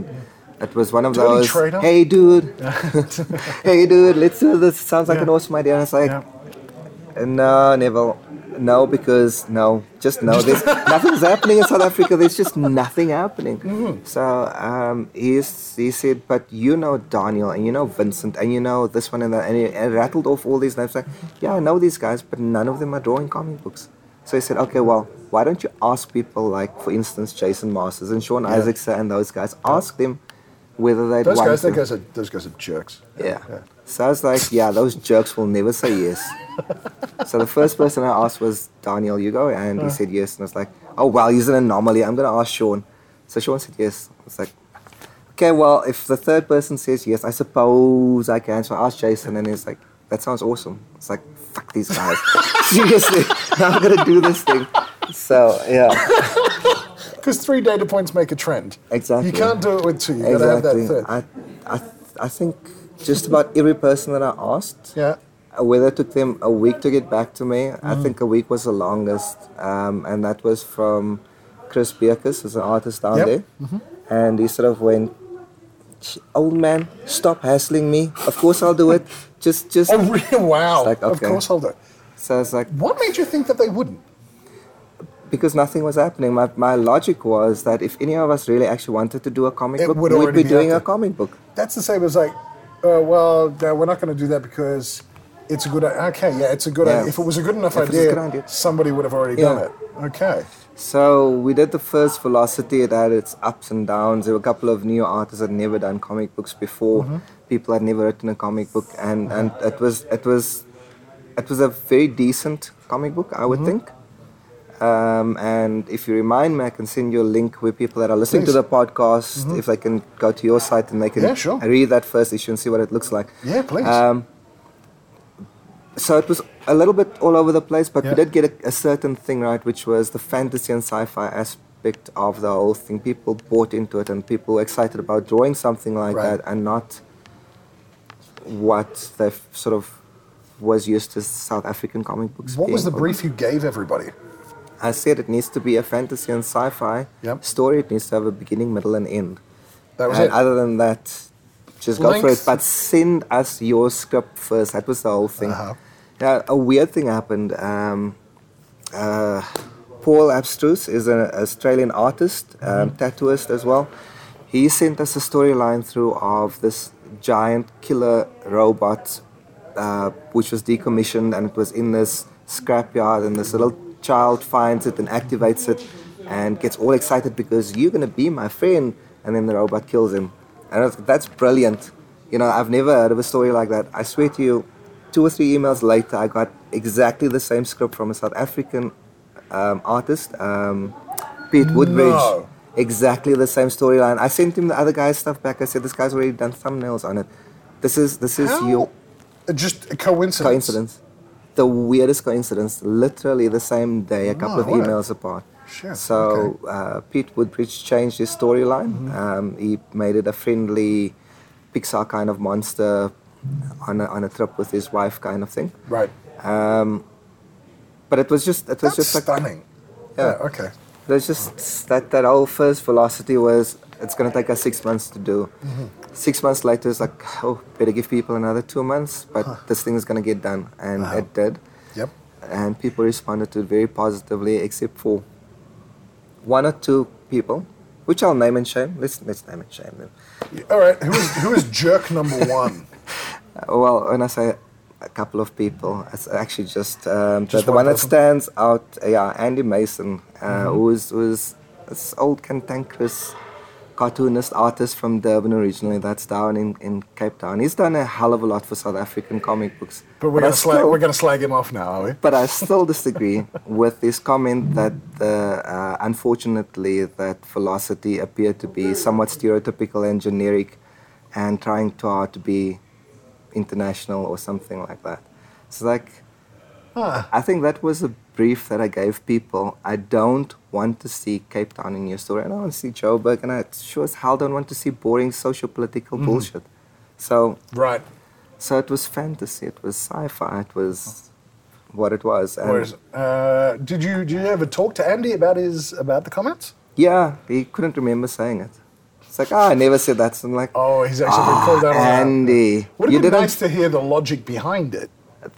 H: It was one of
G: Dirty
H: those.
G: traitor.
H: Hey, dude. hey, dude. Let's do this. Sounds like
G: Yeah.
H: an awesome idea. And it's like,
G: Yeah.
H: No, Neville. No, because no, just no. There's nothing's happening in South Africa. There's just nothing happening.
G: Hmm.
H: So um, he's, he said, but you know Daniel and you know Vincent and you know this one and that, and he and rattled off all these names. Like, yeah, I know these guys, but none of them are drawing comic books. So he said, okay, well, why don't you ask people like, for instance, Jason Masters and Sean Isaacson and those guys? Ask them whether they'd
G: Those
H: want
G: guys,
H: to.
G: those guys, are, those guys are jerks.
H: Yeah. So I was like, yeah, those jerks will never say yes. so the first person I asked was Daniel Hugo, and he said yes. And I was like, oh, well, he's an anomaly. I'm going to ask Sean. So Sean said yes. I was like, okay, well, if the third person says yes, I suppose I can. So I asked Jason, and he's like, that sounds awesome. It's like, fuck these guys. Seriously, now I'm going to do this thing. So, yeah.
G: Because three data points make a trend.
H: Exactly.
G: You can't do it with two. You gotta have that third.
H: I, I, I think just about every person that I asked,
G: yeah. Mm.
H: Uh, whether it took them a week to get back to me. I think a week was the longest, um, and that was from Chris Bierkus, who's an artist down
G: Yep. Mm-hmm.
H: there, and he sort of went, "Ch- "Old man, stop hassling me. Of course I'll do it. Just, just."
G: Oh, really? Wow.
H: It's like,
G: Of
H: okay.
G: course I'll do it.
H: So it's like
G: What made you think that they wouldn't?
H: because nothing was happening. My, my logic was that if any of us really actually wanted to do a comic
G: It
H: book,
G: would
H: we'd be
G: already be out
H: doing a
G: there.
H: comic book.
G: oh, That's the same as like, uh, well, no, we're not going to do that because It's a good. i- Okay, yeah, it's a good.
H: Yeah.
G: idea. If it was a good enough
H: If it's a
G: idea,
H: good idea.
G: somebody would have already done
H: Yeah.
G: it. Okay.
H: So we did the first Velocity. It had its ups and downs. There were a couple of new artists that had never done comic books before.
G: Mm-hmm.
H: People had never written a comic book, and, and it was it was it was a very decent comic book, I
G: Mm-hmm.
H: would think. Um, and if you remind me, I can send you a link where people that are listening
G: Please. Mm-hmm.
H: to the podcast, if they can go to your site and they can
G: Yeah, sure.
H: read that first issue and see what it looks like.
G: Yeah, please.
H: Um, so it was a little bit all over the place, but we
G: Yeah.
H: did get a, a certain thing right, which was the fantasy and sci-fi aspect of the whole thing. People bought into it, and people were excited about drawing something like
G: Right.
H: that, and not what they have sort of was used to South African comic books.
G: What was the
H: being.
G: brief you gave everybody?
H: I said it needs to be a fantasy and sci-fi
G: Yep.
H: story. It needs to have a beginning, middle, and end.
G: That was
H: and
G: it.
H: other than that, just go for it.
G: Length.
H: But send us your script first. That was the whole thing.
G: Uh-huh.
H: Yeah, a weird thing happened. Um, uh, Paul Abstrus is an Australian artist,
G: Mm-hmm.
H: um, tattooist as well. He sent us a storyline through of this giant killer robot, uh, which was decommissioned and it was in this scrapyard, and this little child finds it and activates it and gets all excited because you're going to be my friend. And then the robot kills him. And I was- that's brilliant. You know, I've never heard of a story like that. I swear to you, two or three emails later, I got exactly the same script from a South African um, artist, um, Pete Woodbridge.
G: No.
H: Exactly the same storyline. I sent him the other guy's stuff back. I said, "This guy's already done thumbnails on it. This is this is your
G: Uh, Just a coincidence.
H: coincidence. The weirdest coincidence. Literally the same day, a couple
G: Oh,
H: of
G: what a-
H: emails apart.
G: Shit,
H: So
G: okay. Mm-hmm.
H: uh, Pete Woodbridge changed his storyline. Um, he made it a friendly Pixar kind of monster on a, on a trip with his wife kind of thing.
G: Right.
H: But it was just it was
G: That's
H: just like
G: stunning.
H: Yeah.
G: yeah. Okay.
H: There's just that that whole first velocity was it's gonna take us six months to do.
G: Mm-hmm.
H: Six months later, it's like oh, better give people another two months, but this thing is gonna get done, and it did.
G: Yep.
H: And people responded to it very positively, except for one or two people, which I'll name and shame. Let's let's name and shame them.
G: All right. Who is who is jerk number one?
H: Uh, well, when I say a couple of people, it's actually just, um, the-
G: Just
H: the one
G: one
H: that
G: person? Mm-hmm.
H: stands out. uh, Yeah, Andy Mason, uh, who's who's this old cantankerous cartoonist artist from Durban originally. That's down in, in Cape Town. He's done a hell of a lot for South African comic books.
G: But we're
H: I
G: gonna slag,
H: still-
G: we're gonna slag him off now, are we?
H: but I still disagree with this comment that uh, uh, unfortunately that velocity appeared to be somewhat stereotypical and generic and trying too hard to be international or something like that. So like I think that was a brief that I gave people. I don't want to see Cape Town in your story. I don't want to see Joburg and I sure as hell don't want to see boring social political bullshit. So
G: Right.
H: so it was fantasy, it was sci-fi, it was what it was. And
G: Whereas, uh, did you did you ever talk to Andy about his about the comments?
H: Yeah, he couldn't remember saying it. It's like, ah, I never said that. So I'm like,
G: Oh, he's actually been called out on that.
H: Andy,
G: Would
H: you
G: have been
H: didn't.
G: nice to hear the logic behind it.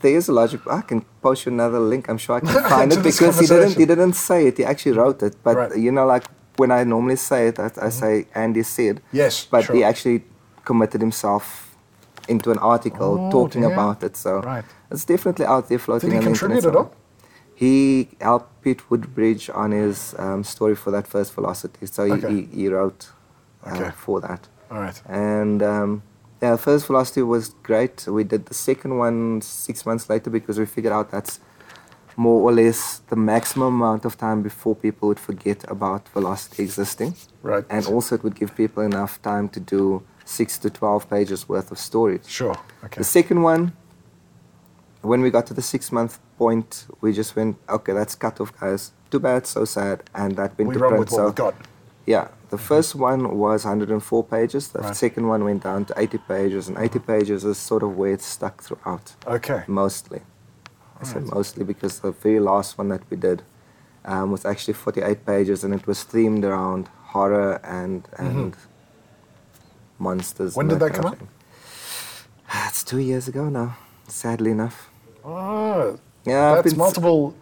H: There is a logic. I can post you another link. I'm sure I can find
G: To
H: it
G: this
H: because he didn't. He
G: conversation.
H: didn't say it. He actually wrote it. But
G: Right. Mm-hmm.
H: you know, like when I normally say it, I, I say Andy said.
G: Yes,
H: But he
G: sure.
H: actually committed himself into an article
G: Oh,
H: talking
G: dear.
H: about it. So
G: Right.
H: it's definitely out there floating.
G: Did he
H: on the internet
G: contribute at
H: somewhere.
G: all?
H: He helped Pete Woodbridge on his um, story for that first velocity. So he,
G: Okay.
H: he, he wrote uh,
G: Okay.
H: for that.
G: All right.
H: And um, yeah, first velocity was great. We did the second one six months later because we figured out that's more or less the maximum amount of time before people would forget about velocity existing.
G: Right.
H: And also, it would give people enough time to do six to 12 pages worth of storage.
G: Sure. Okay.
H: The second one, when we got to the six month point, we just went, okay, that's cut off, guys. Too bad, so sad. And that went
G: We
H: to
G: run
H: print.
G: with
H: so-
G: what we got.
H: yeah, the first one was 104 pages. The
G: Right.
H: second one went down to 80 pages, and 80 pages is sort of where it's stuck throughout.
G: Okay.
H: Mostly. I said mostly because the very last one that we did um, was actually 48 pages, and it was themed around horror and and monsters.
G: Mm-hmm. When
H: and
G: did that
H: kind of
G: come
H: thing. It's two years ago now, sadly enough.
G: Oh,
H: Yeah, I've
G: that's
H: been-
G: multiple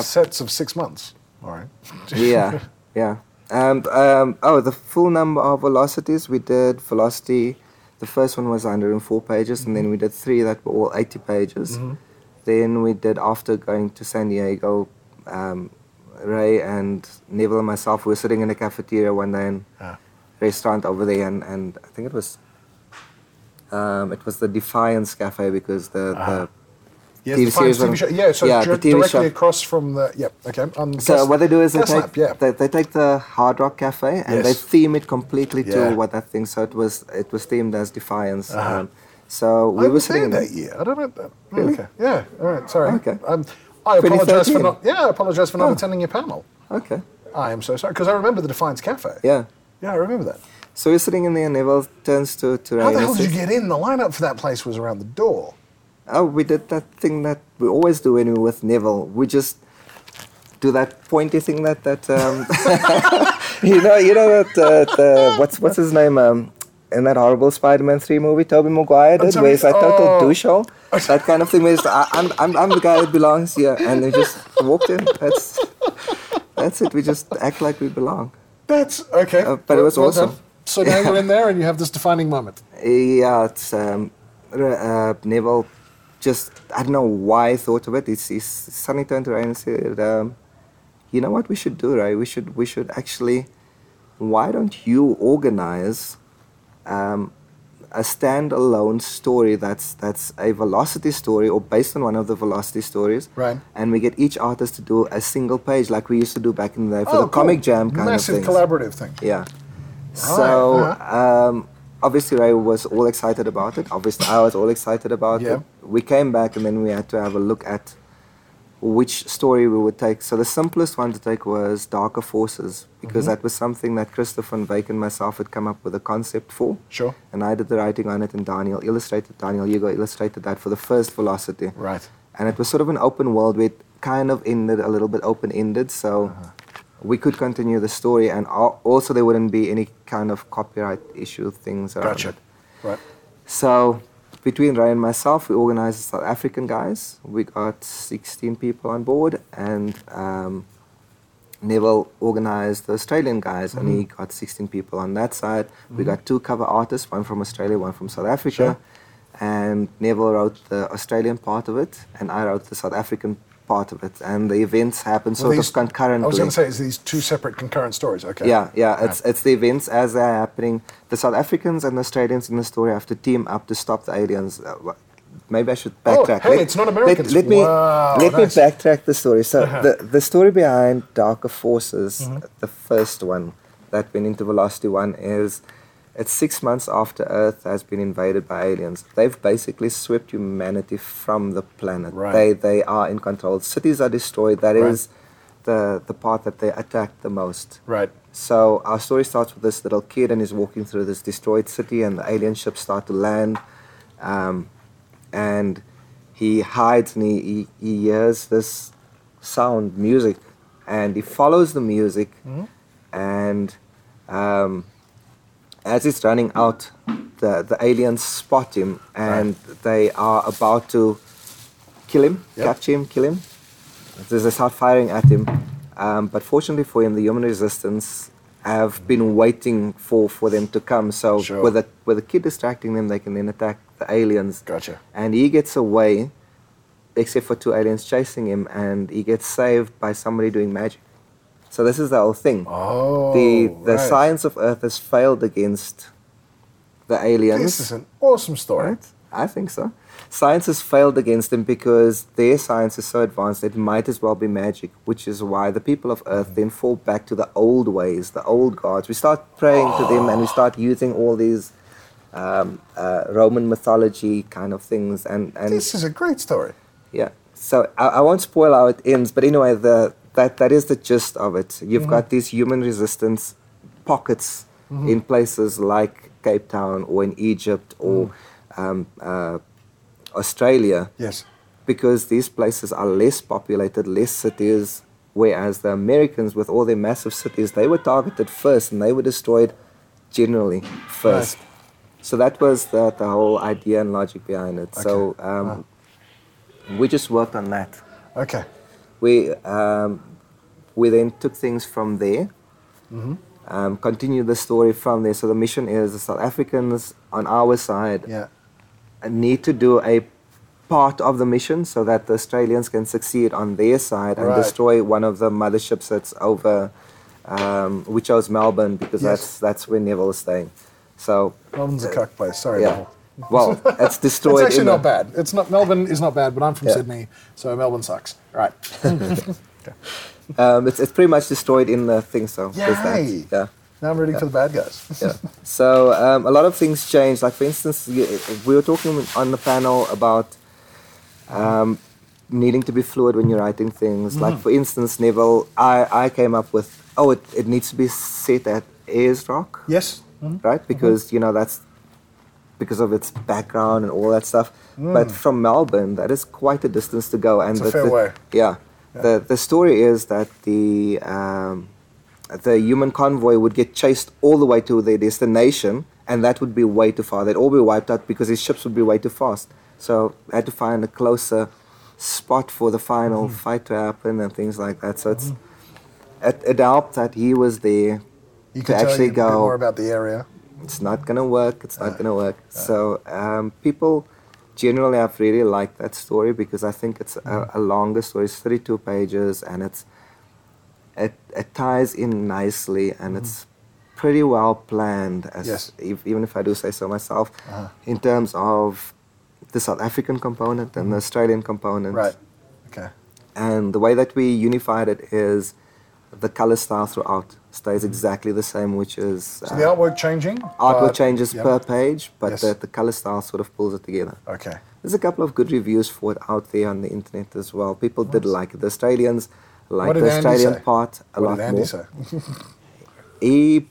G: sets of six months. All right.
H: yeah, yeah. Um, um, oh, the full number of velocities we did velocity The first one was 104 pages, and then we did three that were all 80 pages. Then we did after going to San Diego, um, Ray and Neville and myself were sitting in the cafeteria one day in restaurant over there, and, and I think it was um, it was the Defiance Cafe because the, the
G: Yes,
H: TV
G: the Fines
H: series
G: TV
H: one.
G: show. Yeah, so
H: Yeah,
G: dir-
H: the TV
G: directly
H: show.
G: across from the. Yeah, okay. On
H: So
G: Gas-
H: what they do is they
G: Gas
H: take
G: Lab, yeah.
H: they, they take the Hard Rock Cafe and they
G: Yes.
H: theme it completely
G: Yeah. Uh-huh.
H: to what that thing. So it was it was themed as Defiance. Um, so we
G: I
H: were
G: was there
H: sitting there.
G: that year. I don't know. Really? Okay. Yeah. All right. Sorry.
H: Okay.
G: Um, I apologize
H: 2013.
G: for not. Yeah, I apologize for not attending your panel.
H: Okay.
G: I am so sorry because I remember the Defiance Cafe.
H: Yeah.
G: Yeah, I remember that.
H: So we're sitting in there, and Neville turns to to Ray.
G: How
H: and
G: the
H: he
G: hell did
H: says,
G: you get in? The lineup for that place was around the door.
H: Oh, we did that thing that we always do when we're with Neville. We just do that pointy thing that that um, you know you know that uh, the, what's what's his name um, in that horrible Spider-Man three movie Tobey Maguire did
G: sorry,
H: where he's like total
G: oh.
H: douchehole. That kind of thing. Where he's, I, I'm, I'm I'm the guy that belongs here, and they just walked in. That's that's it. We just act like we belong.
G: That's okay.
H: Uh, but it was awesome.
G: done. So now you're in there and you have this defining moment.
H: Yeah, it's um, r- uh, Neville. Just I don't know why I thought of it. It's, it's suddenly turned to Ray and said, um, "You know what we should do, Ray? We should we should actually. Why don't you organize um, a standalone story that's that's a Velocity story or based on one of the Velocity stories?
G: Right.
H: And we get each artist to do a single page like we used to do back in the day for
G: Oh,
H: the comic
G: cool.
H: jam kind
G: Massive
H: of thing.
G: collaborative thing.
H: Yeah. So
G: uh-huh.
H: um, obviously Ray was all excited about it. Obviously I was all excited about
G: Yeah.
H: it. We came back and then we had to have a look at which story we would take. So the simplest one to take was Darker Forces because
G: Mm-hmm.
H: that was something that Christopher and Vake and myself had come up with a concept for.
G: Sure.
H: And I did the writing on it and Daniel illustrated Daniel Hugo illustrated that for the first velocity.
G: Right.
H: And it was sort of an open world where it kind of ended a little bit open ended so
G: Uh-huh.
H: we could continue the story and al- also there wouldn't be any kind of copyright issue things around
G: Gotcha.
H: it.
G: Right.
H: So between Ray and myself, we organized the South African guys. We got 16 people on board, and um, Neville organized the Australian guys, and
G: Mm-hmm.
H: he got 16 people on that side. We got two cover artists, one from Australia, one from South Africa. And Neville wrote the Australian part of it, and I wrote the South African part of it. And the events happened
G: Were
H: sort
G: these-
H: of concurrently.
G: I was going to say, it's these two separate concurrent stories. Okay.
H: Yeah, yeah. It's it's the events as they're happening. The South Africans and the Australians in the story have to team up to stop the aliens. Uh, wha- Maybe I should backtrack.
G: Oh, hey, it's not Americans.
H: Let, let me
G: Wow,
H: let
G: nice. Uh-huh.
H: me backtrack the story. So the the story behind Darker Forces,
G: Mm-hmm.
H: the first one that went into Velocity One is. It's six months after Earth has been invaded by aliens. They've basically swept humanity from the planet.
G: Right.
H: They they are in control. Cities are destroyed. That is the the part that they attacked the most.
G: Right.
H: So our story starts with this little kid and he's walking through this destroyed city, and the alien ships start to land, um, and he hides and he, he, he hears this sound music, and he follows the music,
G: Hmm?
H: and um, as he's running out, the the aliens spot him, and they are about to kill him,
G: Yep.
H: capture him, kill him. So They start firing at him. Um, but fortunately for him, the human resistance have been waiting for, for them to come. So
G: Sure.
H: with, a, with a kid distracting them, they can then attack the aliens.
G: Gotcha.
H: And he gets away, except for two aliens chasing him, and he gets saved by somebody doing magic. So this is the whole thing.
G: Oh.
H: the the
G: right.
H: science of Earth has failed against the aliens.
G: This is an awesome story.
H: Right? I think so. Science has failed against them because their science is so advanced it might as well be magic, which is why the people of Earth then fall back to the old ways, the old gods. We start praying to them and we start using all these um, uh, Roman mythology kind of things. And, and
G: This is a great story.
H: yeah. So I, I won't spoil how it ends, but anyway, the that that is the gist of it. You've got these human resistance pockets in places like Cape Town or in Egypt or um, uh, Australia
G: Yes.
H: because these places are less populated, less cities, whereas the Americans, with all their massive cities, they were targeted first and they were destroyed generally first. So that was the, the whole idea and logic behind it. So um, we just worked on that.
G: Okay.
H: We, um, we then took things from there, um, continued the story from there. So the mission is the South Africans on our side
G: Yeah.
H: need to do a part of the mission so that the Australians can succeed on their side and
G: Right.
H: destroy one of the motherships that's over. Um, we chose Melbourne because
G: Yes.
H: that's that's where Neville is staying. So
G: Melbourne's a cuck place. Sorry,
H: Uh, yeah,
G: Neville.
H: well, it's
G: It's
H: destroyed.
G: actually
H: in
G: not
H: the-
G: bad. It's not Melbourne is not bad, but I'm from
H: Yeah.
G: Sydney, so Melbourne sucks. Right.
H: Um, it's, it's pretty much destroyed in the thing. So there's that.
G: Yay.
H: yeah.
G: Now I'm rooting for the bad guys.
H: yeah. So um, a lot of things changed. Like for instance, you- we were talking on the panel about um, needing to be fluid when you're writing things. Like for instance, Neville, I, I came up with oh it, it needs to be set at Ayers Rock,
G: Yes.
H: right?
G: Mm-hmm.
H: Because you know that's because of its background and all that stuff. But from Melbourne, that is quite a distance to go. And
G: Mm. a
H: the,
G: fair
H: the-
G: way.
H: Yeah. The the story is that the um, the human convoy would get chased all the way to their destination, and that would be way too far. They'd all be wiped out because his ships would be way too fast. So I had to find a closer spot for the final
G: Mm-hmm.
H: fight to happen and things like that. So it's it, it helped that he was there to
G: You can tell
H: actually
G: you a
H: go
G: bit more about the area.
H: it's not gonna work. It's
G: Uh,
H: not gonna work. So um, people generally have really liked that story because I think it's a,
G: Mm-hmm.
H: a longer story. It's thirty-two pages, and it's it, it ties in nicely, and it's pretty well planned. As
G: Mm-hmm. Yes. Uh-huh.
H: ev- even if I do say so myself, in terms of the South African component and the Australian component,
G: Mm-hmm. Right. Okay.
H: and the way that we unified it is the color style throughout stays exactly the same, which is
G: Mm-hmm. So the artwork changing.
H: uh, artwork
G: but-
H: changes
G: yep.
H: per page, but
G: Yes.
H: the, the color style sort of pulls it together.
G: Okay.
H: There's a couple of good reviews for it out there on the internet as well. People did like it. The Australians
G: What
H: like
G: did
H: the
G: Andy
H: Australian
G: say?
H: part a
G: what
H: lot
G: did Andy
H: more.
G: say?
H: He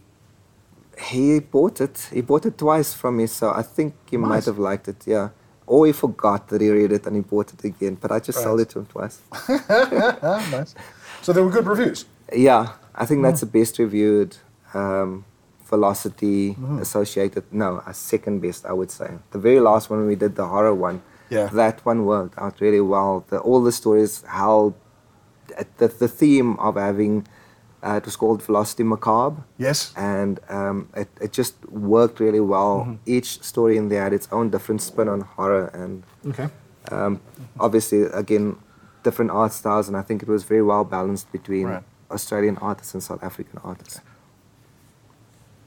H: he bought it. He bought it twice from me, so I think he might have liked it. Yeah. Or he forgot that he read it and he bought it again, but I just sold it to him twice.
G: Ah, nice. So there were good reviews.
H: Yeah, I think that's the best reviewed um, velocity associated. No, a second best, I would say. The very last one we did, the horror one.
G: Yeah.
H: That one worked out really well. The, all the stories held at the, the theme of having. Uh, it was called Velocity Macabre,
G: Yes.
H: and um, it, it just worked really well.
G: Mm-hmm.
H: Each story in there had its own different spin on horror, and
G: Okay.
H: um, obviously, again, different art styles, and I think it was very well balanced between
G: Right.
H: Australian artists and South African artists.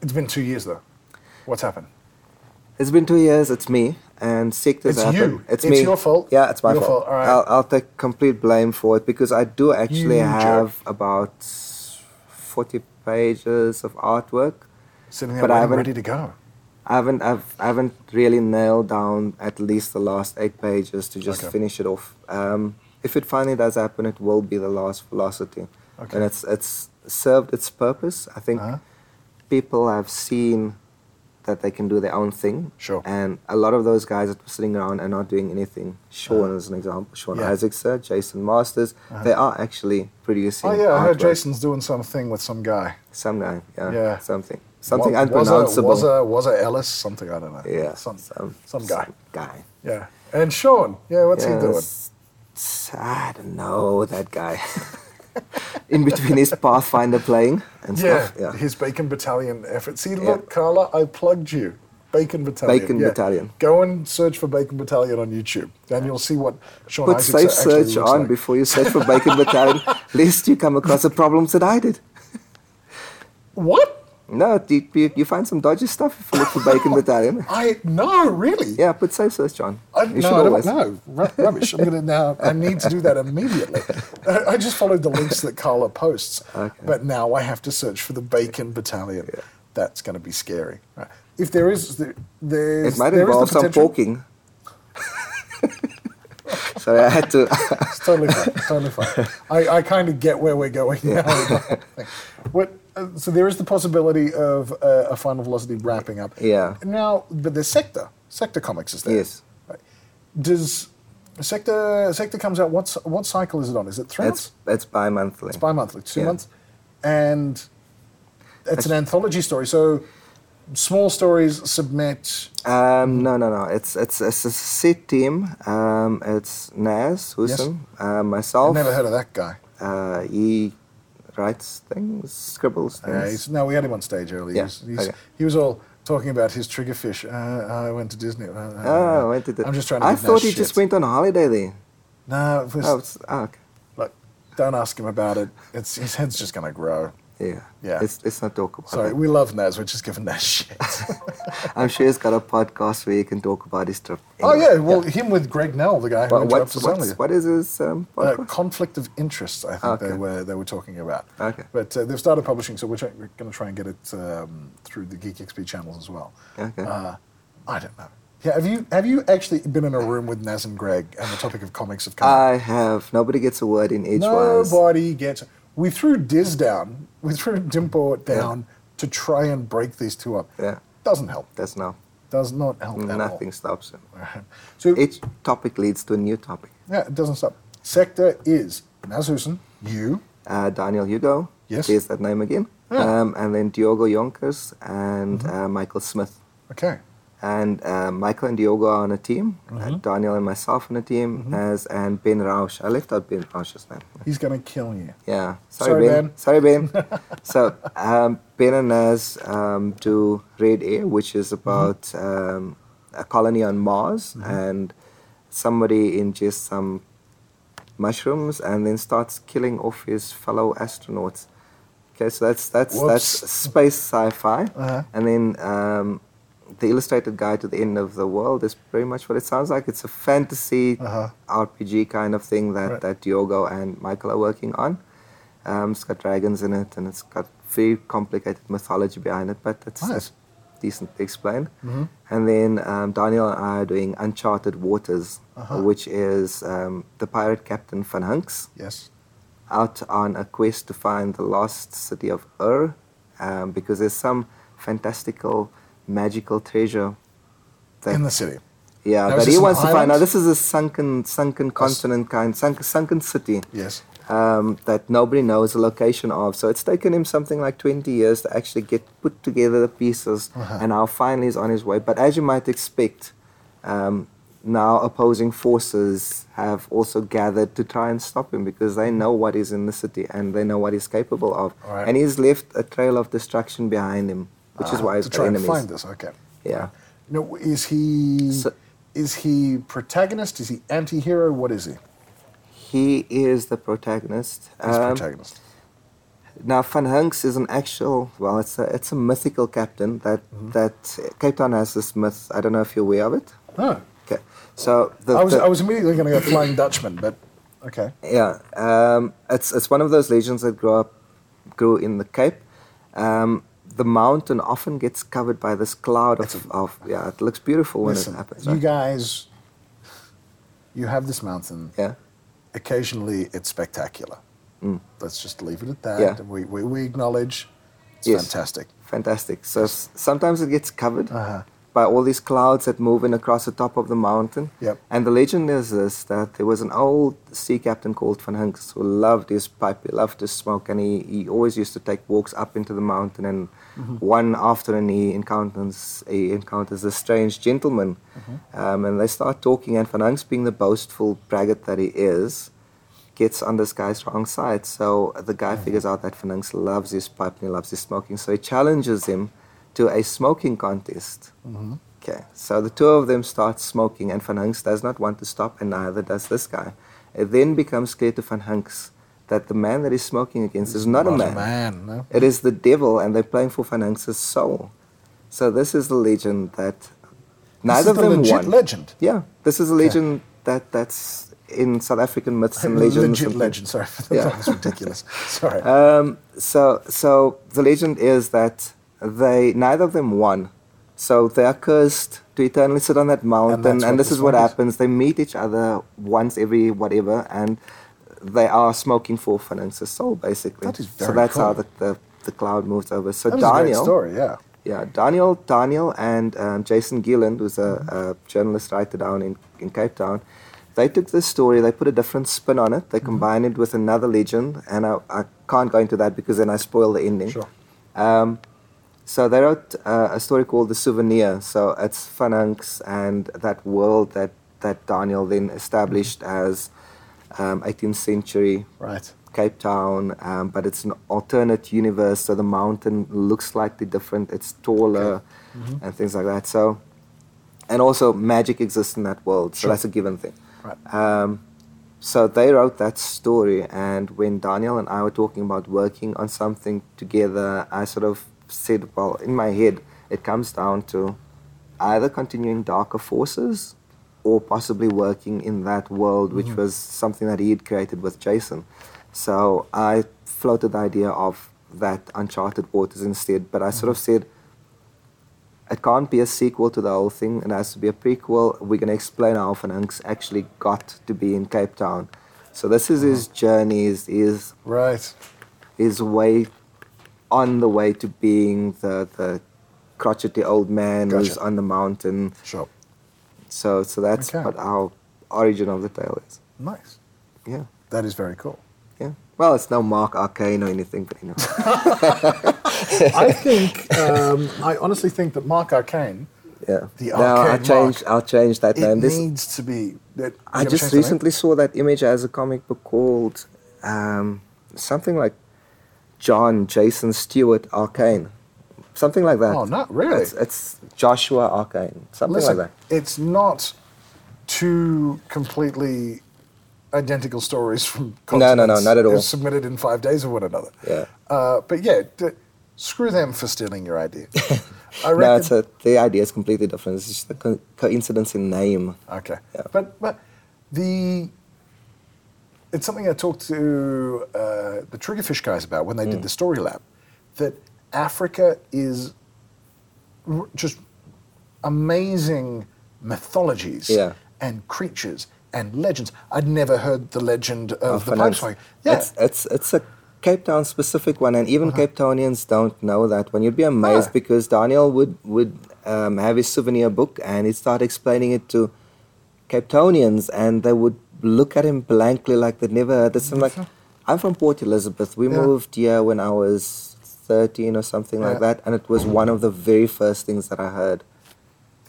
G: It's been two years though. What's happened?
H: It's been two years. It's me, and sick
G: It's
H: happen.
G: you.
H: It's,
G: It's
H: me.
G: your fault.
H: Yeah, it's my
G: Your
H: fault.
G: fault, all right.
H: I'll, I'll take complete blame for it because I do actually
G: You
H: have about forty pages of artwork.
G: Sitting there
H: But I
G: waiting,
H: haven't-
G: ready to go.
H: I haven't I've, I haven't really nailed down at least the last eight pages to just
G: Okay.
H: finish it off. Um, if it finally does happen, it will be the last velocity,
G: Okay.
H: and it's it's served its purpose. I think
G: Uh-huh.
H: people have seen that they can do their own thing.
G: Sure.
H: And a lot of those guys that were sitting around and not doing anything, Sean is an example, Sean
G: Uh-huh. Yeah. Uh-huh.
H: Isaacson, Jason Masters, they are actually producing.
G: Oh yeah, I heard
H: artwork.
G: Jason's doing something with some guy.
H: Some guy, yeah,
G: Yeah.
H: something, something
G: Wa- was a-
H: unpronounceable.
G: Was a was a Ellis something? I don't know.
H: yeah,
G: Some some, guy.
H: guy.
G: Yeah. And Sean. Yeah. What's he doing?
H: Yes. I don't know that guy. In between his Pathfinder playing and
G: Yeah,
H: stuff. Yeah.
G: his Bacon Battalion efforts. See, look, Carla, I plugged you. Bacon Battalion.
H: Bacon
G: yeah.
H: Battalion.
G: Go and search for Bacon Battalion on YouTube, and you'll see what Sean
H: Put
G: Isaacson
H: safe
G: actually
H: search
G: looks
H: on
G: like.
H: before you search for Bacon Battalion, lest you come across the problems that I did.
G: What?
H: No, you, you, you find some dodgy stuff if you look for Bacon Battalion.
G: I no, really.
H: Yeah, put safe search on.
G: I,
H: you
G: no, I don't, no, Ru- rubbish. I'm gonna now. I need to do that immediately. I, I just followed the links that Carla posts, but now I have to search for the Bacon Battalion. That's going to be scary. Right. If there is, there, there's,
H: It might
G: there is the
H: involve some
G: potential-
H: poking. Sorry, I had to.
G: It's totally fine. totally fine. I, I kind of get where we're going now. what? Uh, so there is the possibility of uh, a final velocity wrapping up.
H: Yeah.
G: Now, but there's sector. Sector comics is there.
H: yes.
G: Does sector sector comes out? What's what cycle is it on? Is it three
H: It's, it's
G: months?
H: bi monthly.
G: It's bi-monthly, two
H: Yeah.
G: months, and it's an anthology story. So small stories submit.
H: Um, no, no, no. It's it's it's a sit team. Um, it's Naz Hussein, uh,
G: I've
H: myself.
G: never heard of that guy.
H: Uh, he writes things, scribbles
G: Yeah,
H: things.
G: he's, no, we had him on stage earlier.
H: Yeah,
G: He's, he's,
H: okay.
G: He was all, talking about his triggerfish. Uh, I went to Disney. Uh, uh,
H: Oh, wait, did it-
G: I'm just trying to.
H: I
G: give
H: thought
G: Nash
H: he
G: shit.
H: just went on holiday there.
G: No, it was,
H: Oh, it's, oh okay.
G: look, don't ask him about it. It's his head's just gonna grow.
H: yeah.
G: Yeah.
H: It's, it's not talk about
G: Sorry,
H: it.
G: we love Naz. We're just giving Naz shit.
H: I'm sure he's got a podcast where he can talk about his trip.
G: oh
H: Anyway,
G: yeah, well, him with Greg Nell, the guy who
H: What,
G: went
H: what's,
G: to
H: what's,
G: Australia.
H: what is his um,
G: Uh,
H: podcast?
G: conflict of interest, I think they
H: Okay.
G: were they were talking about.
H: Okay.
G: But uh, they've started publishing, so we're, try- we're going to try and get it um, through the Geek XP channels as well.
H: Okay.
G: Uh, I don't know. Yeah, have you have you actually been in a room with Naz and Greg and the topic of comics have come? up?
H: I have. Nobody gets a word in edgewise.
G: Nobody gets. We threw Diz down. We threw Dimport down to try and break these two up.
H: Yeah.
G: Doesn't help.
H: That's no.
G: Does not help at all.
H: Nothing stops him.
G: So
H: Each topic leads to a new topic.
G: yeah, it doesn't stop. Sector is Naz Husen, you,
H: Uh, Daniel Hugo.
G: Yes.
H: There's that name again. Um, and then Diogo Yonkers and uh, Michael Smith.
G: okay,
H: And uh, Michael and Diogo are on a team. And Daniel and myself on a team. As and Ben Rausch. I left out Ben Rausch's name.
G: he's gonna kill you.
H: Yeah.
G: Sorry,
H: Sorry, Ben.
G: Ben.
H: Sorry, Ben. so, um, Ben and Naz um, do Red Air, which is
G: Mm-hmm.
H: about um, a colony on Mars, and somebody ingests some mushrooms and then starts killing off his fellow astronauts. Okay, so that's that's that's
G: Whoops.
H: space sci-fi,
G: Uh-huh.
H: and then. Um, the illustrated guide to the end of the world is pretty much what it sounds like. It's a fantasy RPG kind of thing that,
G: Uh-huh. Right.
H: that Diogo and Michael are working on. Um, it's got dragons in it, and it's got very complicated mythology behind it, but it's,
G: Nice. Mm-hmm.
H: it's decently explained. And then um, Daniel and I are doing Uncharted Waters,
G: Uh-huh.
H: which is um, the pirate captain Van Hunks
G: Yes.
H: out on a quest to find the lost city of Ur, um, because there's some fantastical, magical treasure. That,
G: In the city.
H: yeah,
G: Now, is
H: that
G: this
H: he
G: an
H: wants to find. Now
G: island?
H: this is a sunken, sunken continent kind, sunken, sunken city
G: Yes.
H: um, that nobody knows the location of. So it's taken him something like 20 years to actually get put together the pieces,
G: Uh-huh.
H: and now finally he's on his way. But as you might expect, um, now opposing forces have also gathered to try and stop him because they know what is in the city and they know what he's capable of.
G: All right.
H: And he's left a trail of destruction behind him, which is
G: Ah,
H: why he's
G: to
H: got
G: try and
H: enemies.
G: find this. Okay.
H: Yeah.
G: No, is he
H: So-
G: is he protagonist? Is he anti-hero? What is he?
H: He is the protagonist.
G: He's
H: Um,
G: protagonist.
H: Now, Van Hunks is an actual, well, it's a, it's a mythical captain that,
G: Mm-hmm.
H: that Cape Town has this myth. I don't know if you're aware of it.
G: Oh,
H: Okay. So, the,
G: I was
H: the-
G: I was immediately going to go Flying Dutchman, but okay.
H: yeah, um, it's, it's one of those legends that grew up, grew in the Cape. Um, the mountain often gets covered by this cloud of, of yeah, it looks beautiful when
G: Listen,
H: it happens.
G: you
H: right?
G: guys, you have this mountain.
H: yeah. Mm.
G: Occasionally, it's spectacular. Let's just leave it at that.
H: Yeah.
G: We, we, we acknowledge it's
H: Yes.
G: fantastic.
H: Fantastic. So s- sometimes it gets covered
G: Uh-huh.
H: by all these clouds that move in across the top of the mountain.
G: Yep.
H: And the legend is this that there was an old sea captain called Van Hunks who loved his pipe, he loved to smoke, and he, he always used to take walks up into the mountain. And one afternoon he encounters he encounters a strange gentleman, um, and they start talking. And Van Hunks, being the boastful braggart that he is, gets on this guy's wrong side. So the guy
G: Mm-hmm.
H: figures out that Phalanx loves his pipe and he loves his smoking. So he challenges him to a smoking contest.
G: Mm-hmm.
H: Okay, so the two of them start smoking, and Van Hunks does not want to stop, and neither does this guy. It then becomes clear to Van Hunks that the man that he's smoking against is not,
G: Not a man, no.
H: It is the devil, and they're playing for Van Hunks' soul. So this is the legend that
G: This is
H: neither of
G: the
H: them
G: legit
H: won.
G: legend.
H: Yeah, this is a legend that that's in South African myths and legends. and
G: Legit
H: things.
G: legend. Sorry, for
H: Yeah. Uh,
G: that was ridiculous. Sorry.
H: So, so the legend is that they neither of them won, so they are cursed to eternally sit on that mountain. And,
G: that's what
H: this
G: the
H: is what
G: song is.
H: happens. They meet each other once every whatever, and they are smoking for Finance's soul, basically.
G: That is
H: so
G: very
H: that's how
G: cool.
H: the, the, the cloud moves over. So
G: that was a
H: Daniel,
G: great story. Yeah.
H: yeah, Daniel, Daniel, and um, Jason Gilland, who's a, a journalist writer down in, in Cape Town, they took this story, they put a different spin on it, they combined it with another legend, and I, I can't go into that because then I spoil the ending. Um,
G: Sure.
H: So they wrote uh, a story called The Souvenir. So it's Fununks and that world that, that Daniel then established as um, 18th century
J: Right.
H: Cape Town, um, but it's an alternate universe. So the mountain looks slightly different. It's taller Mm-hmm. and things like that. So, and also magic exists in that world. So that's a given thing.
J: Right.
H: Um, so they wrote that story, and when Daniel and I were talking about working on something together, I sort of said, well, in my head, it comes down to either continuing darker forces or possibly working in that world, which was something that he had created with Jason. So I floated the idea of that Uncharted Waters instead, but I sort of said, it can't be a sequel to the whole thing. It has to be a prequel. We're going to explain how Fanunks actually got to be in Cape Town. So this is
J: Mm-hmm.
H: his journey, his, his,
G: Right.
H: his way on the way to being the, the crotchety old man who's
J: Gotcha.
H: on the mountain.
J: Sure.
H: So, so that's
J: Okay.
H: what our origin of the tale is.
J: Nice.
H: Yeah,
J: That is very cool.
H: yeah. Well, it's no Mark Arcane or anything, but you know.
G: I think, um, I honestly think that Mark Arcane,
H: Yeah.
J: The
H: no, I
J: arcade
H: changed. I'll change that
J: It
H: name. Uh, This,
J: needs to be.
G: uh,
J: That,
H: I
J: you ever changed
H: just
J: the name?
H: recently saw that image as a comic book called um, something like John Jason Stewart Arcane, something like that.
G: Oh, not really.
H: It's, it's Joshua Arcane, something
G: listen,
H: like
G: it's not two completely identical stories from
H: No, no, no,
G: continents
H: not at all.
G: submitted in five days of one another.
H: Yeah.
G: Uh, but yeah, d- screw them for stealing your idea. I
H: that.
G: reckon.
H: No, it's a, the idea is completely different. It's just a co- coincidence in name.
G: Okay.
H: Yeah.
G: But but the it's something I talked to uh, the Triggerfish guys about when they
H: Mm.
G: did the story lab. That Africa is r- just amazing mythologies
H: Yeah.
G: and creatures and legends. I'd never heard the legend of the
H: finance.
G: pipeswing. Yeah. Uh-huh.
H: It's, it's, it's a Cape Town specific one, and even Cape Townians don't know that one. You'd be amazed
G: Ah.
H: because Daniel would, would um, have his souvenir book and he'd start explaining it to Cape Townians, and they would look at him blankly like they'd never heard this. I'm like, I'm from Port Elizabeth. We
G: Yeah.
H: moved here when I was 13 or something like
G: Yeah.
H: that, and it was one of the very first things that I heard.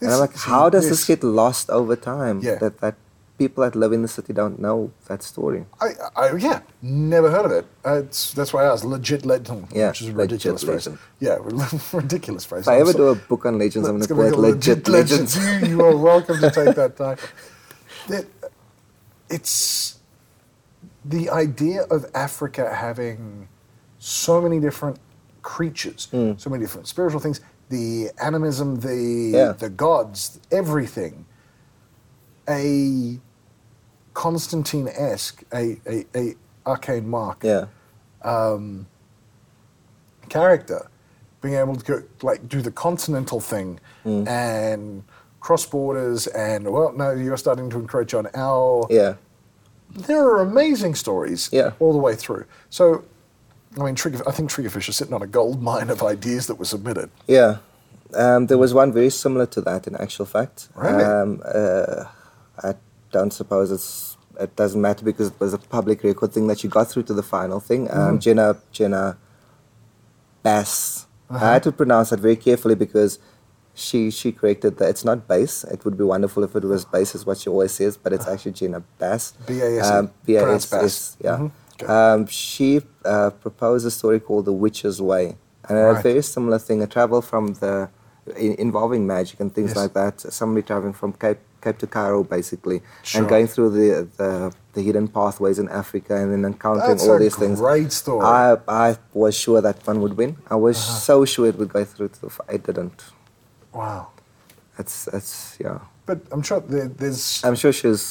H: and
G: This
H: I'm like,
G: is-
H: how does
G: this-
H: this get lost over time?
G: Yeah.
H: That, that people that live in the city don't know that story.
G: I, I yeah, never heard of it. Uh, it's, that's why I was legit legend,
H: Yeah,
G: which is a
H: legit
G: ridiculous phrase.
H: legend.
G: Yeah, ridiculous phrase.
H: If I
G: I'm
H: ever
G: so-
H: do a book on legends, I'm going
G: It's
H: to
G: gonna
H: call
G: be
H: it
G: called
H: Legit Legends.
G: You, you are welcome to take that title. That- it's the idea of Africa having so many different creatures,
H: Hmm.
G: so many different spiritual things, the animism, the
H: Yeah.
G: the gods, everything. A Constantine esque, a, a, a arcane mark
H: yeah,
G: character, being able to go, like do the continental thing
H: Mm.
G: and cross borders, and well, no, you're starting to encroach on our.
H: yeah,
G: There are amazing stories
H: Yeah.
G: all the way through. So, I mean, Trigger, I think Triggerfish is sitting on a gold mine of ideas that were submitted.
H: yeah. Um, there was one very similar to that, in actual fact.
G: Really?
H: Um, uh, I don't suppose it's it doesn't matter because it was a public record thing that you got through to the final thing.
G: Mm-hmm.
H: Um, Jenna Jenna Bass.
G: Uh-huh.
H: I had to pronounce that very carefully because she she corrected that it's not bass. It would be wonderful if it was bass, is what she always says, but
G: Uh-huh.
H: it's actually Jenna Bass.
G: B.A.S.S..
H: Um,
G: E. Pronounced
H: B.A.S.S.,
G: Bass.
H: Yeah.
G: Mhm. Okay.
H: Um, she uh, proposed a story called The Witch's Way, and
G: Right.
H: a very similar thing. A travel from the in, involving magic and things
G: Yes.
H: like that. Somebody traveling from Cape Cape to Cairo, basically,
G: Sure.
H: and going through the, the the hidden pathways in Africa, and then encountering
G: That's
H: all
G: a
H: these things.
G: great story. Uh-huh.
H: I I was sure that one would win. I was so sure it would go through. To the, f- it didn't.
G: Wow.
H: It's it's yeah.
G: But I'm sure there, there's.
H: I'm sure she's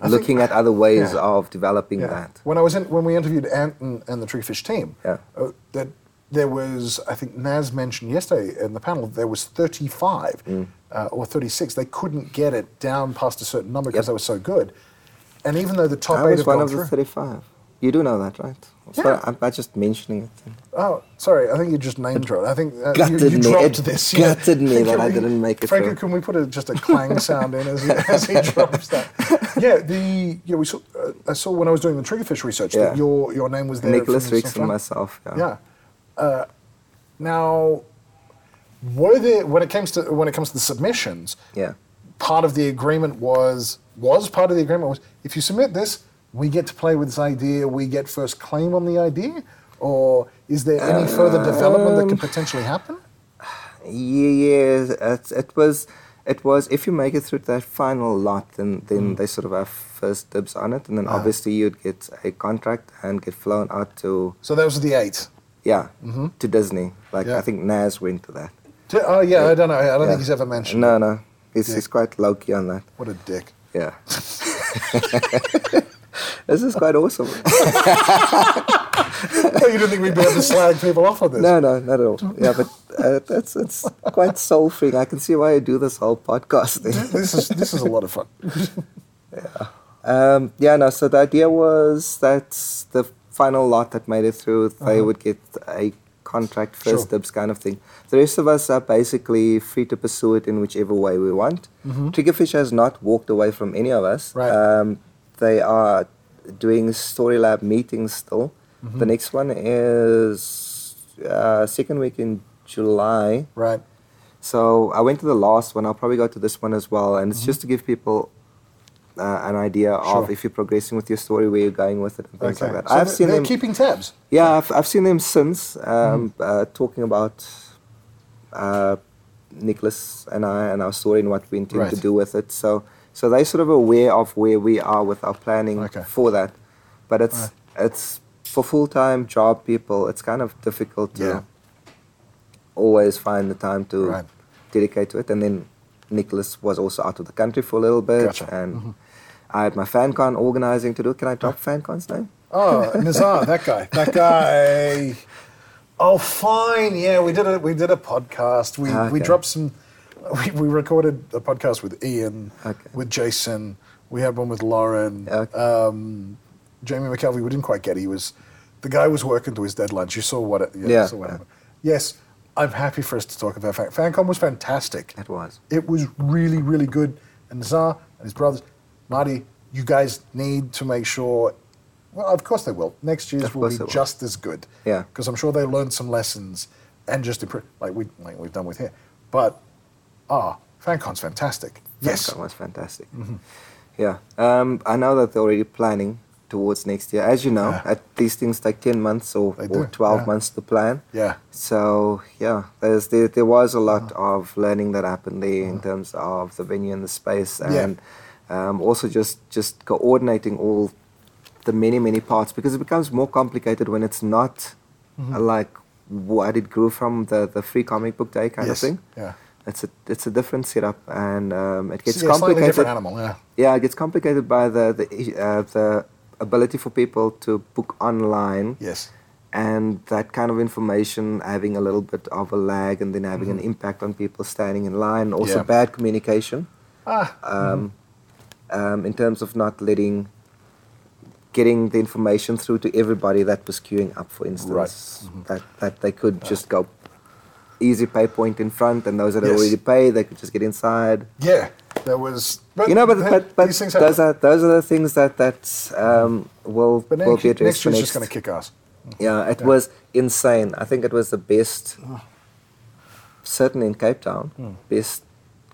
G: think-
H: looking at other ways
G: Yeah.
H: of developing
G: Yeah.
H: that.
G: When I was in, when we interviewed Ant and, and the Triggerfish team,
H: Yeah.
G: uh, that there was, I think Naz mentioned yesterday in the panel, there was 35
H: Mm.
G: uh, or 36. They couldn't get it down past a certain number because
H: Yep.
G: they were so good. And even though the top
H: I
G: eight
H: was
G: have
H: one
G: gone
H: of the
G: through,
H: thirty-five. You do know that, right?
G: Yeah.
H: So I'm, I'm just mentioning it.
G: oh, sorry, I think you just name dropped. I think uh, you,
H: Gutted
G: you
H: me.
G: dropped
H: It
G: this.
H: gutted me
G: Can
H: that I
G: we-
H: didn't make it
G: Franco,
H: through.
G: can we put a, just a clang sound in as he, as he drops that? Yeah, the yeah we saw. Uh, I saw when I was doing the triggerfish research
H: Yeah.
G: that your your name was there.
H: Nicholas
G: from
H: Ricks and
G: Southland.
H: myself. Yeah.
G: Yeah. Uh, now, were there when it comes to when it comes to the submissions?
H: Yeah.
G: Part of the agreement was was part of the agreement was if you submit this, we get to play with this idea, we get first claim on the idea, or is there any further development that could
H: Um.
G: potentially happen?
H: Yeah, yeah. It, it was, it was. If you make it through that final lot, then
G: Mm.
H: then they sort of have first dibs on it, and then obviously you'd get a contract and get flown out to
G: So those are the eight.
H: yeah to Disney. Like
G: Mm-hmm. Yeah.
H: I think Nas went to that.
G: T- Oh yeah, I don't know. I don't
H: Yeah.
G: think he's ever mentioned.
H: No, no, he's
G: Yeah.
H: he's quite low key on that.
G: What a dick.
H: Yeah. this is quite awesome.
G: you didn't think we'd be able to slag people off on this?
H: No, no, not at all. Yeah, but uh, that's it's quite soul freeing. I can see why you do this whole podcast thing.
G: This is this is a lot of fun.
H: Um, yeah, no. So the idea was that the final lot that made it through, they would get a contract first dibs kind of thing. The rest of us are basically free to pursue it in whichever way we want. Triggerfish has not walked away from any of us.
G: Right.
H: Um, they are doing story lab meetings still. The next one is uh, second week in July.
G: Right.
H: So I went to the last one. I'll probably go to this one as well, and it's just to give people uh, an idea of
G: Mm-hmm. Sure.
H: if you're progressing with your story, where you're going with it, and things like that.
G: So
H: I've
G: they're-
H: seen
G: they're
H: them.
G: keeping tabs.
H: yeah, I've, I've seen them since um,
G: Hmm.
H: uh, talking about uh, Nicholas and I and our story and what we intend to
G: Right.
H: do with it. So so they're sort of aware of where we are with our planning
G: Okay.
H: for that, but it's it's for full time job people. It's kind of difficult to
G: Yeah.
H: always find the time to
G: Right.
H: dedicate to it. And then Nicholas was also out of the country for a little bit,
G: Gotcha. Mm-hmm.
H: and I had my fan con organizing to do. Can I drop fan con's name?
G: Oh, Nizar, that guy. That guy. Oh, fine. Yeah, we did a we did a podcast. We we
H: Okay.
G: dropped some. We, we recorded a podcast with Ian,
H: Okay.
G: with Jason. We had one with Lauren,
H: Okay.
G: um, Jamie McKelvey. We didn't quite get. it. He was the guy was working to his deadlines. You saw what? It, yeah. you
H: Yeah.
G: saw what happened. Yes, I'm happy for us to talk about Fan- FanCon. Was fantastic.
H: It was.
G: It was really, really good. And Zah and his brothers, Marty, you guys need to make sure. Well, of course they will. Next year's
H: Of
G: will
H: course
G: be
H: they will.
G: just as good.
H: Yeah.
G: Because I'm sure they learned some lessons and just improve, like we like we've done with here. But ah, FanCon's fantastic. Yes. Mm-hmm.
H: that was fantastic. Yeah, um, I know that they're already planning towards next year. As you know,
G: Yeah.
H: at, these things take ten months or,
G: They
H: or
G: do,
H: twelve
G: yeah.
H: months to plan.
G: Yeah.
H: So yeah, there's there, there was a
G: Uh-huh.
H: lot of learning that happened there in terms of the venue and the space,
G: Yeah.
H: and um, also just just coordinating all the many many parts because it becomes more complicated when it's not
G: Mm-hmm.
H: uh, like what it grew from the the free comic book day kind
G: Yes,
H: of thing.
G: yeah.
H: It's a it's a different setup and um, it gets
G: yeah, slightly
H: complicated.
G: different animal. Yeah.
H: Yeah, it gets complicated by the the, i- uh, the ability for people to book online
G: Yes.
H: and that kind of information having a little bit of a lag and then having an impact on people standing in line. Also,
G: Mm-hmm. Yeah.
H: bad communication
G: Ah.
H: um, in terms of not letting getting the information through to everybody that was queuing up, for instance, Mm-hmm.
G: Mm-hmm.
H: that that they could just go easy pay point in front and those that
G: Yes.
H: are already paid they could just get inside
G: Yeah. There was. But,
H: you know, but
G: hey,
H: but, but
G: these things
H: those
G: happen.
H: are those are the things that that um, will
G: But
H: will
G: next,
H: be
G: year-
H: addressed.
G: next
H: for
G: year's just going to kick ass.
H: Yeah, it was insane. I think it was the best,
G: Ah.
H: certainly in Cape Town, best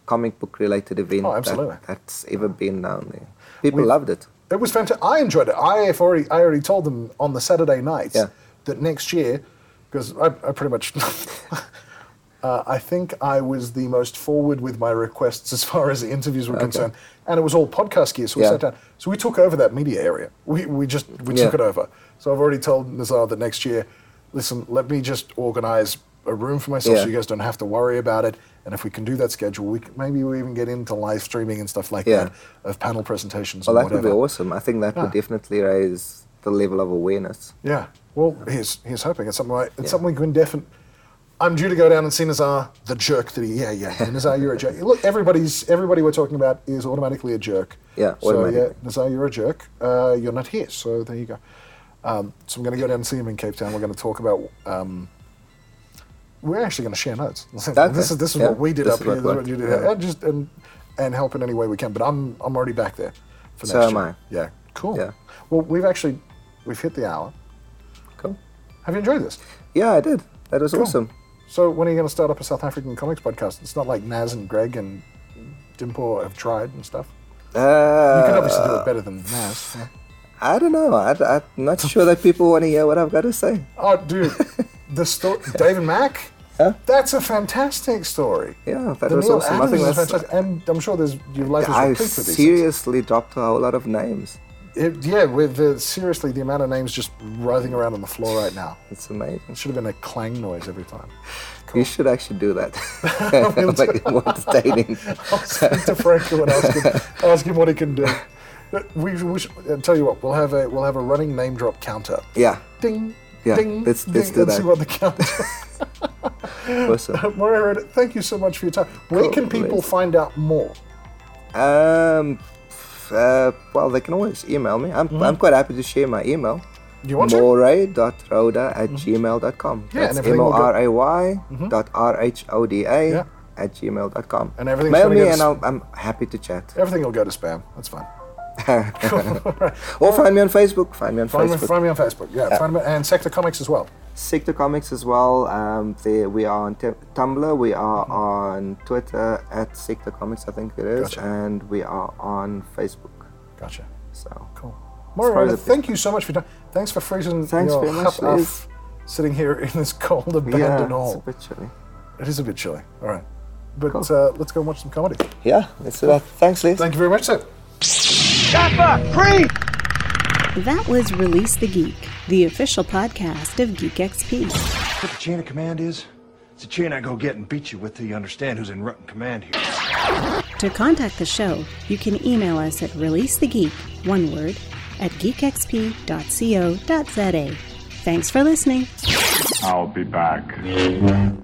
H: comic book related event
G: Hmm. Oh,
H: that-
G: absolutely.
H: that's ever been down there. People
G: We've-
H: loved it.
G: It was fantastic. I enjoyed it. I have already, I already told them on the Saturday nights
H: Yeah.
G: that next year, because I, I pretty much, uh, I think I was the most forward with my requests as far as the interviews were concerned, and it was all podcast gear. So we
H: Yeah.
G: sat down. So we took over that media area. We we just we took
H: Yeah.
G: it over. So I've already told Nazar that next year, listen, let me just organize a room for myself
H: Yeah.
G: so you guys don't have to worry about it. And if we can do that schedule, we can, maybe we even get into live streaming and stuff like
H: Yeah.
G: that of panel presentations.
H: Well,
G: and
H: that
G: whatever.
H: would be awesome. I think that would
G: Yeah.
H: definitely raise the level of awareness.
G: Yeah. Well, he's he's hoping it's something. Like, it's
H: Yeah.
G: something we can definitely. I'm due to go down and see Nazar, the jerk that he. Yeah, yeah. Nazar, you're a jerk. Look, everybody's everybody we're talking about is automatically a jerk.
H: Yeah,
G: So yeah,
H: automatically.
G: Nazar, you're a jerk. Uh, you're not here, so there you go. Um, so I'm going to go down and see him in Cape Town. We're going to talk about. Um, we're actually going to share notes.
H: Okay.
G: This is this is
H: Yeah,
G: what we did
H: this
G: up
H: is
G: here.
H: what
G: This is what
H: worked.
G: you did,
H: Yeah.
G: and just and and help in any way we can. But I'm I'm already back there. For
H: So
G: next
H: am
G: year.
H: I.
G: Yeah. Cool.
H: Yeah.
G: Well, we've actually we've hit the hour.
H: Cool.
G: Have you enjoyed this?
H: Yeah, I did. That was
G: Cool.
H: awesome.
G: So when are you going to start up a South African comics podcast? It's not like Naz and Greg and Dimple have tried and stuff.
H: Uh,
G: You could obviously do it better than Naz. yeah.
H: I don't know. I, am not sure that people want to hear what I've got to say.
G: Oh, dude, the story, David Mack.
H: Huh?
G: That's a fantastic story.
H: Yeah, that
G: the
H: was
G: Neil
H: awesome. I
G: Adams
H: think
G: is
H: that's.
G: fantastic, and I'm sure there's your life is
H: I
G: replete with these things.
H: seriously dropped a whole lot of names.
G: It- yeah, with the, seriously the amount of names just writhing around on the floor right now.
H: It's amazing.
G: It should have been a clang noise every time.
H: You should actually do that. like, more entertaining.
G: I'll speak to Franco and ask him, ask him what he can do. But We, we should, uh, tell you what, we'll have a we'll have a running name drop counter.
H: Yeah,
G: Ding,
H: Yeah,
G: ding,
H: let's-
G: ding,
H: let's do
G: and
H: that.
G: see what the counter.
H: awesome.
G: Maria, Reddit, thank you so much for your time. Where
H: Cool,
G: can people
H: amazing.
G: find out more?
H: Um, f- uh, well, they can always email me. I'm, I'm quite happy to share my email.
G: Mm-hmm. You want to? Mm-hmm.
H: Moray.roda at gmail.com.
G: Yeah, and
H: That's
G: everything will go- Mm-hmm.
H: M-O-R-A-Y dot R-H-O-D-A
G: Yeah.
H: at gmail.com.
G: And everything's
H: Mail
G: gonna
H: me
G: get
H: and
G: s-
H: I'll, I'm happy to chat.
G: Everything will go to spam. That's fine.
H: Or find me on Facebook. Find me on
G: Find me,
H: Facebook.
G: find me on Facebook. Yeah, find me and Sector Comics as well.
H: Sector Comics as well. Um, there we are on t- Tumblr. We are on Twitter at Sector Comics, I think it is,
G: Mm-hmm. Gotcha.
H: and we are on Facebook.
G: Gotcha.
H: So
G: Cool.
H: probably
G: Mario,
H: the
G: thank you so much for your time. Thanks for freezing
H: Thanks
G: your
H: very much,
G: hut off
H: Liz.
G: sitting here in this cold abandoned
H: yeah, it's a
G: hall.
H: bit chilly.
G: It is a bit chilly. All right. But
H: Cool.
G: uh, let's go and watch some comedy.
H: Yeah, let's do that. Thanks, Liz.
G: Thank you very much, sir.
A: That was Release the Geek, the official podcast of Geek XP.
B: What the chain of command is? It's a chain I go get and beat you with till you understand who's in rotten command here.
A: To contact the show, you can email us at releasethegeek, one word, at geekxp.co.za. Thanks for listening.
K: I'll be back.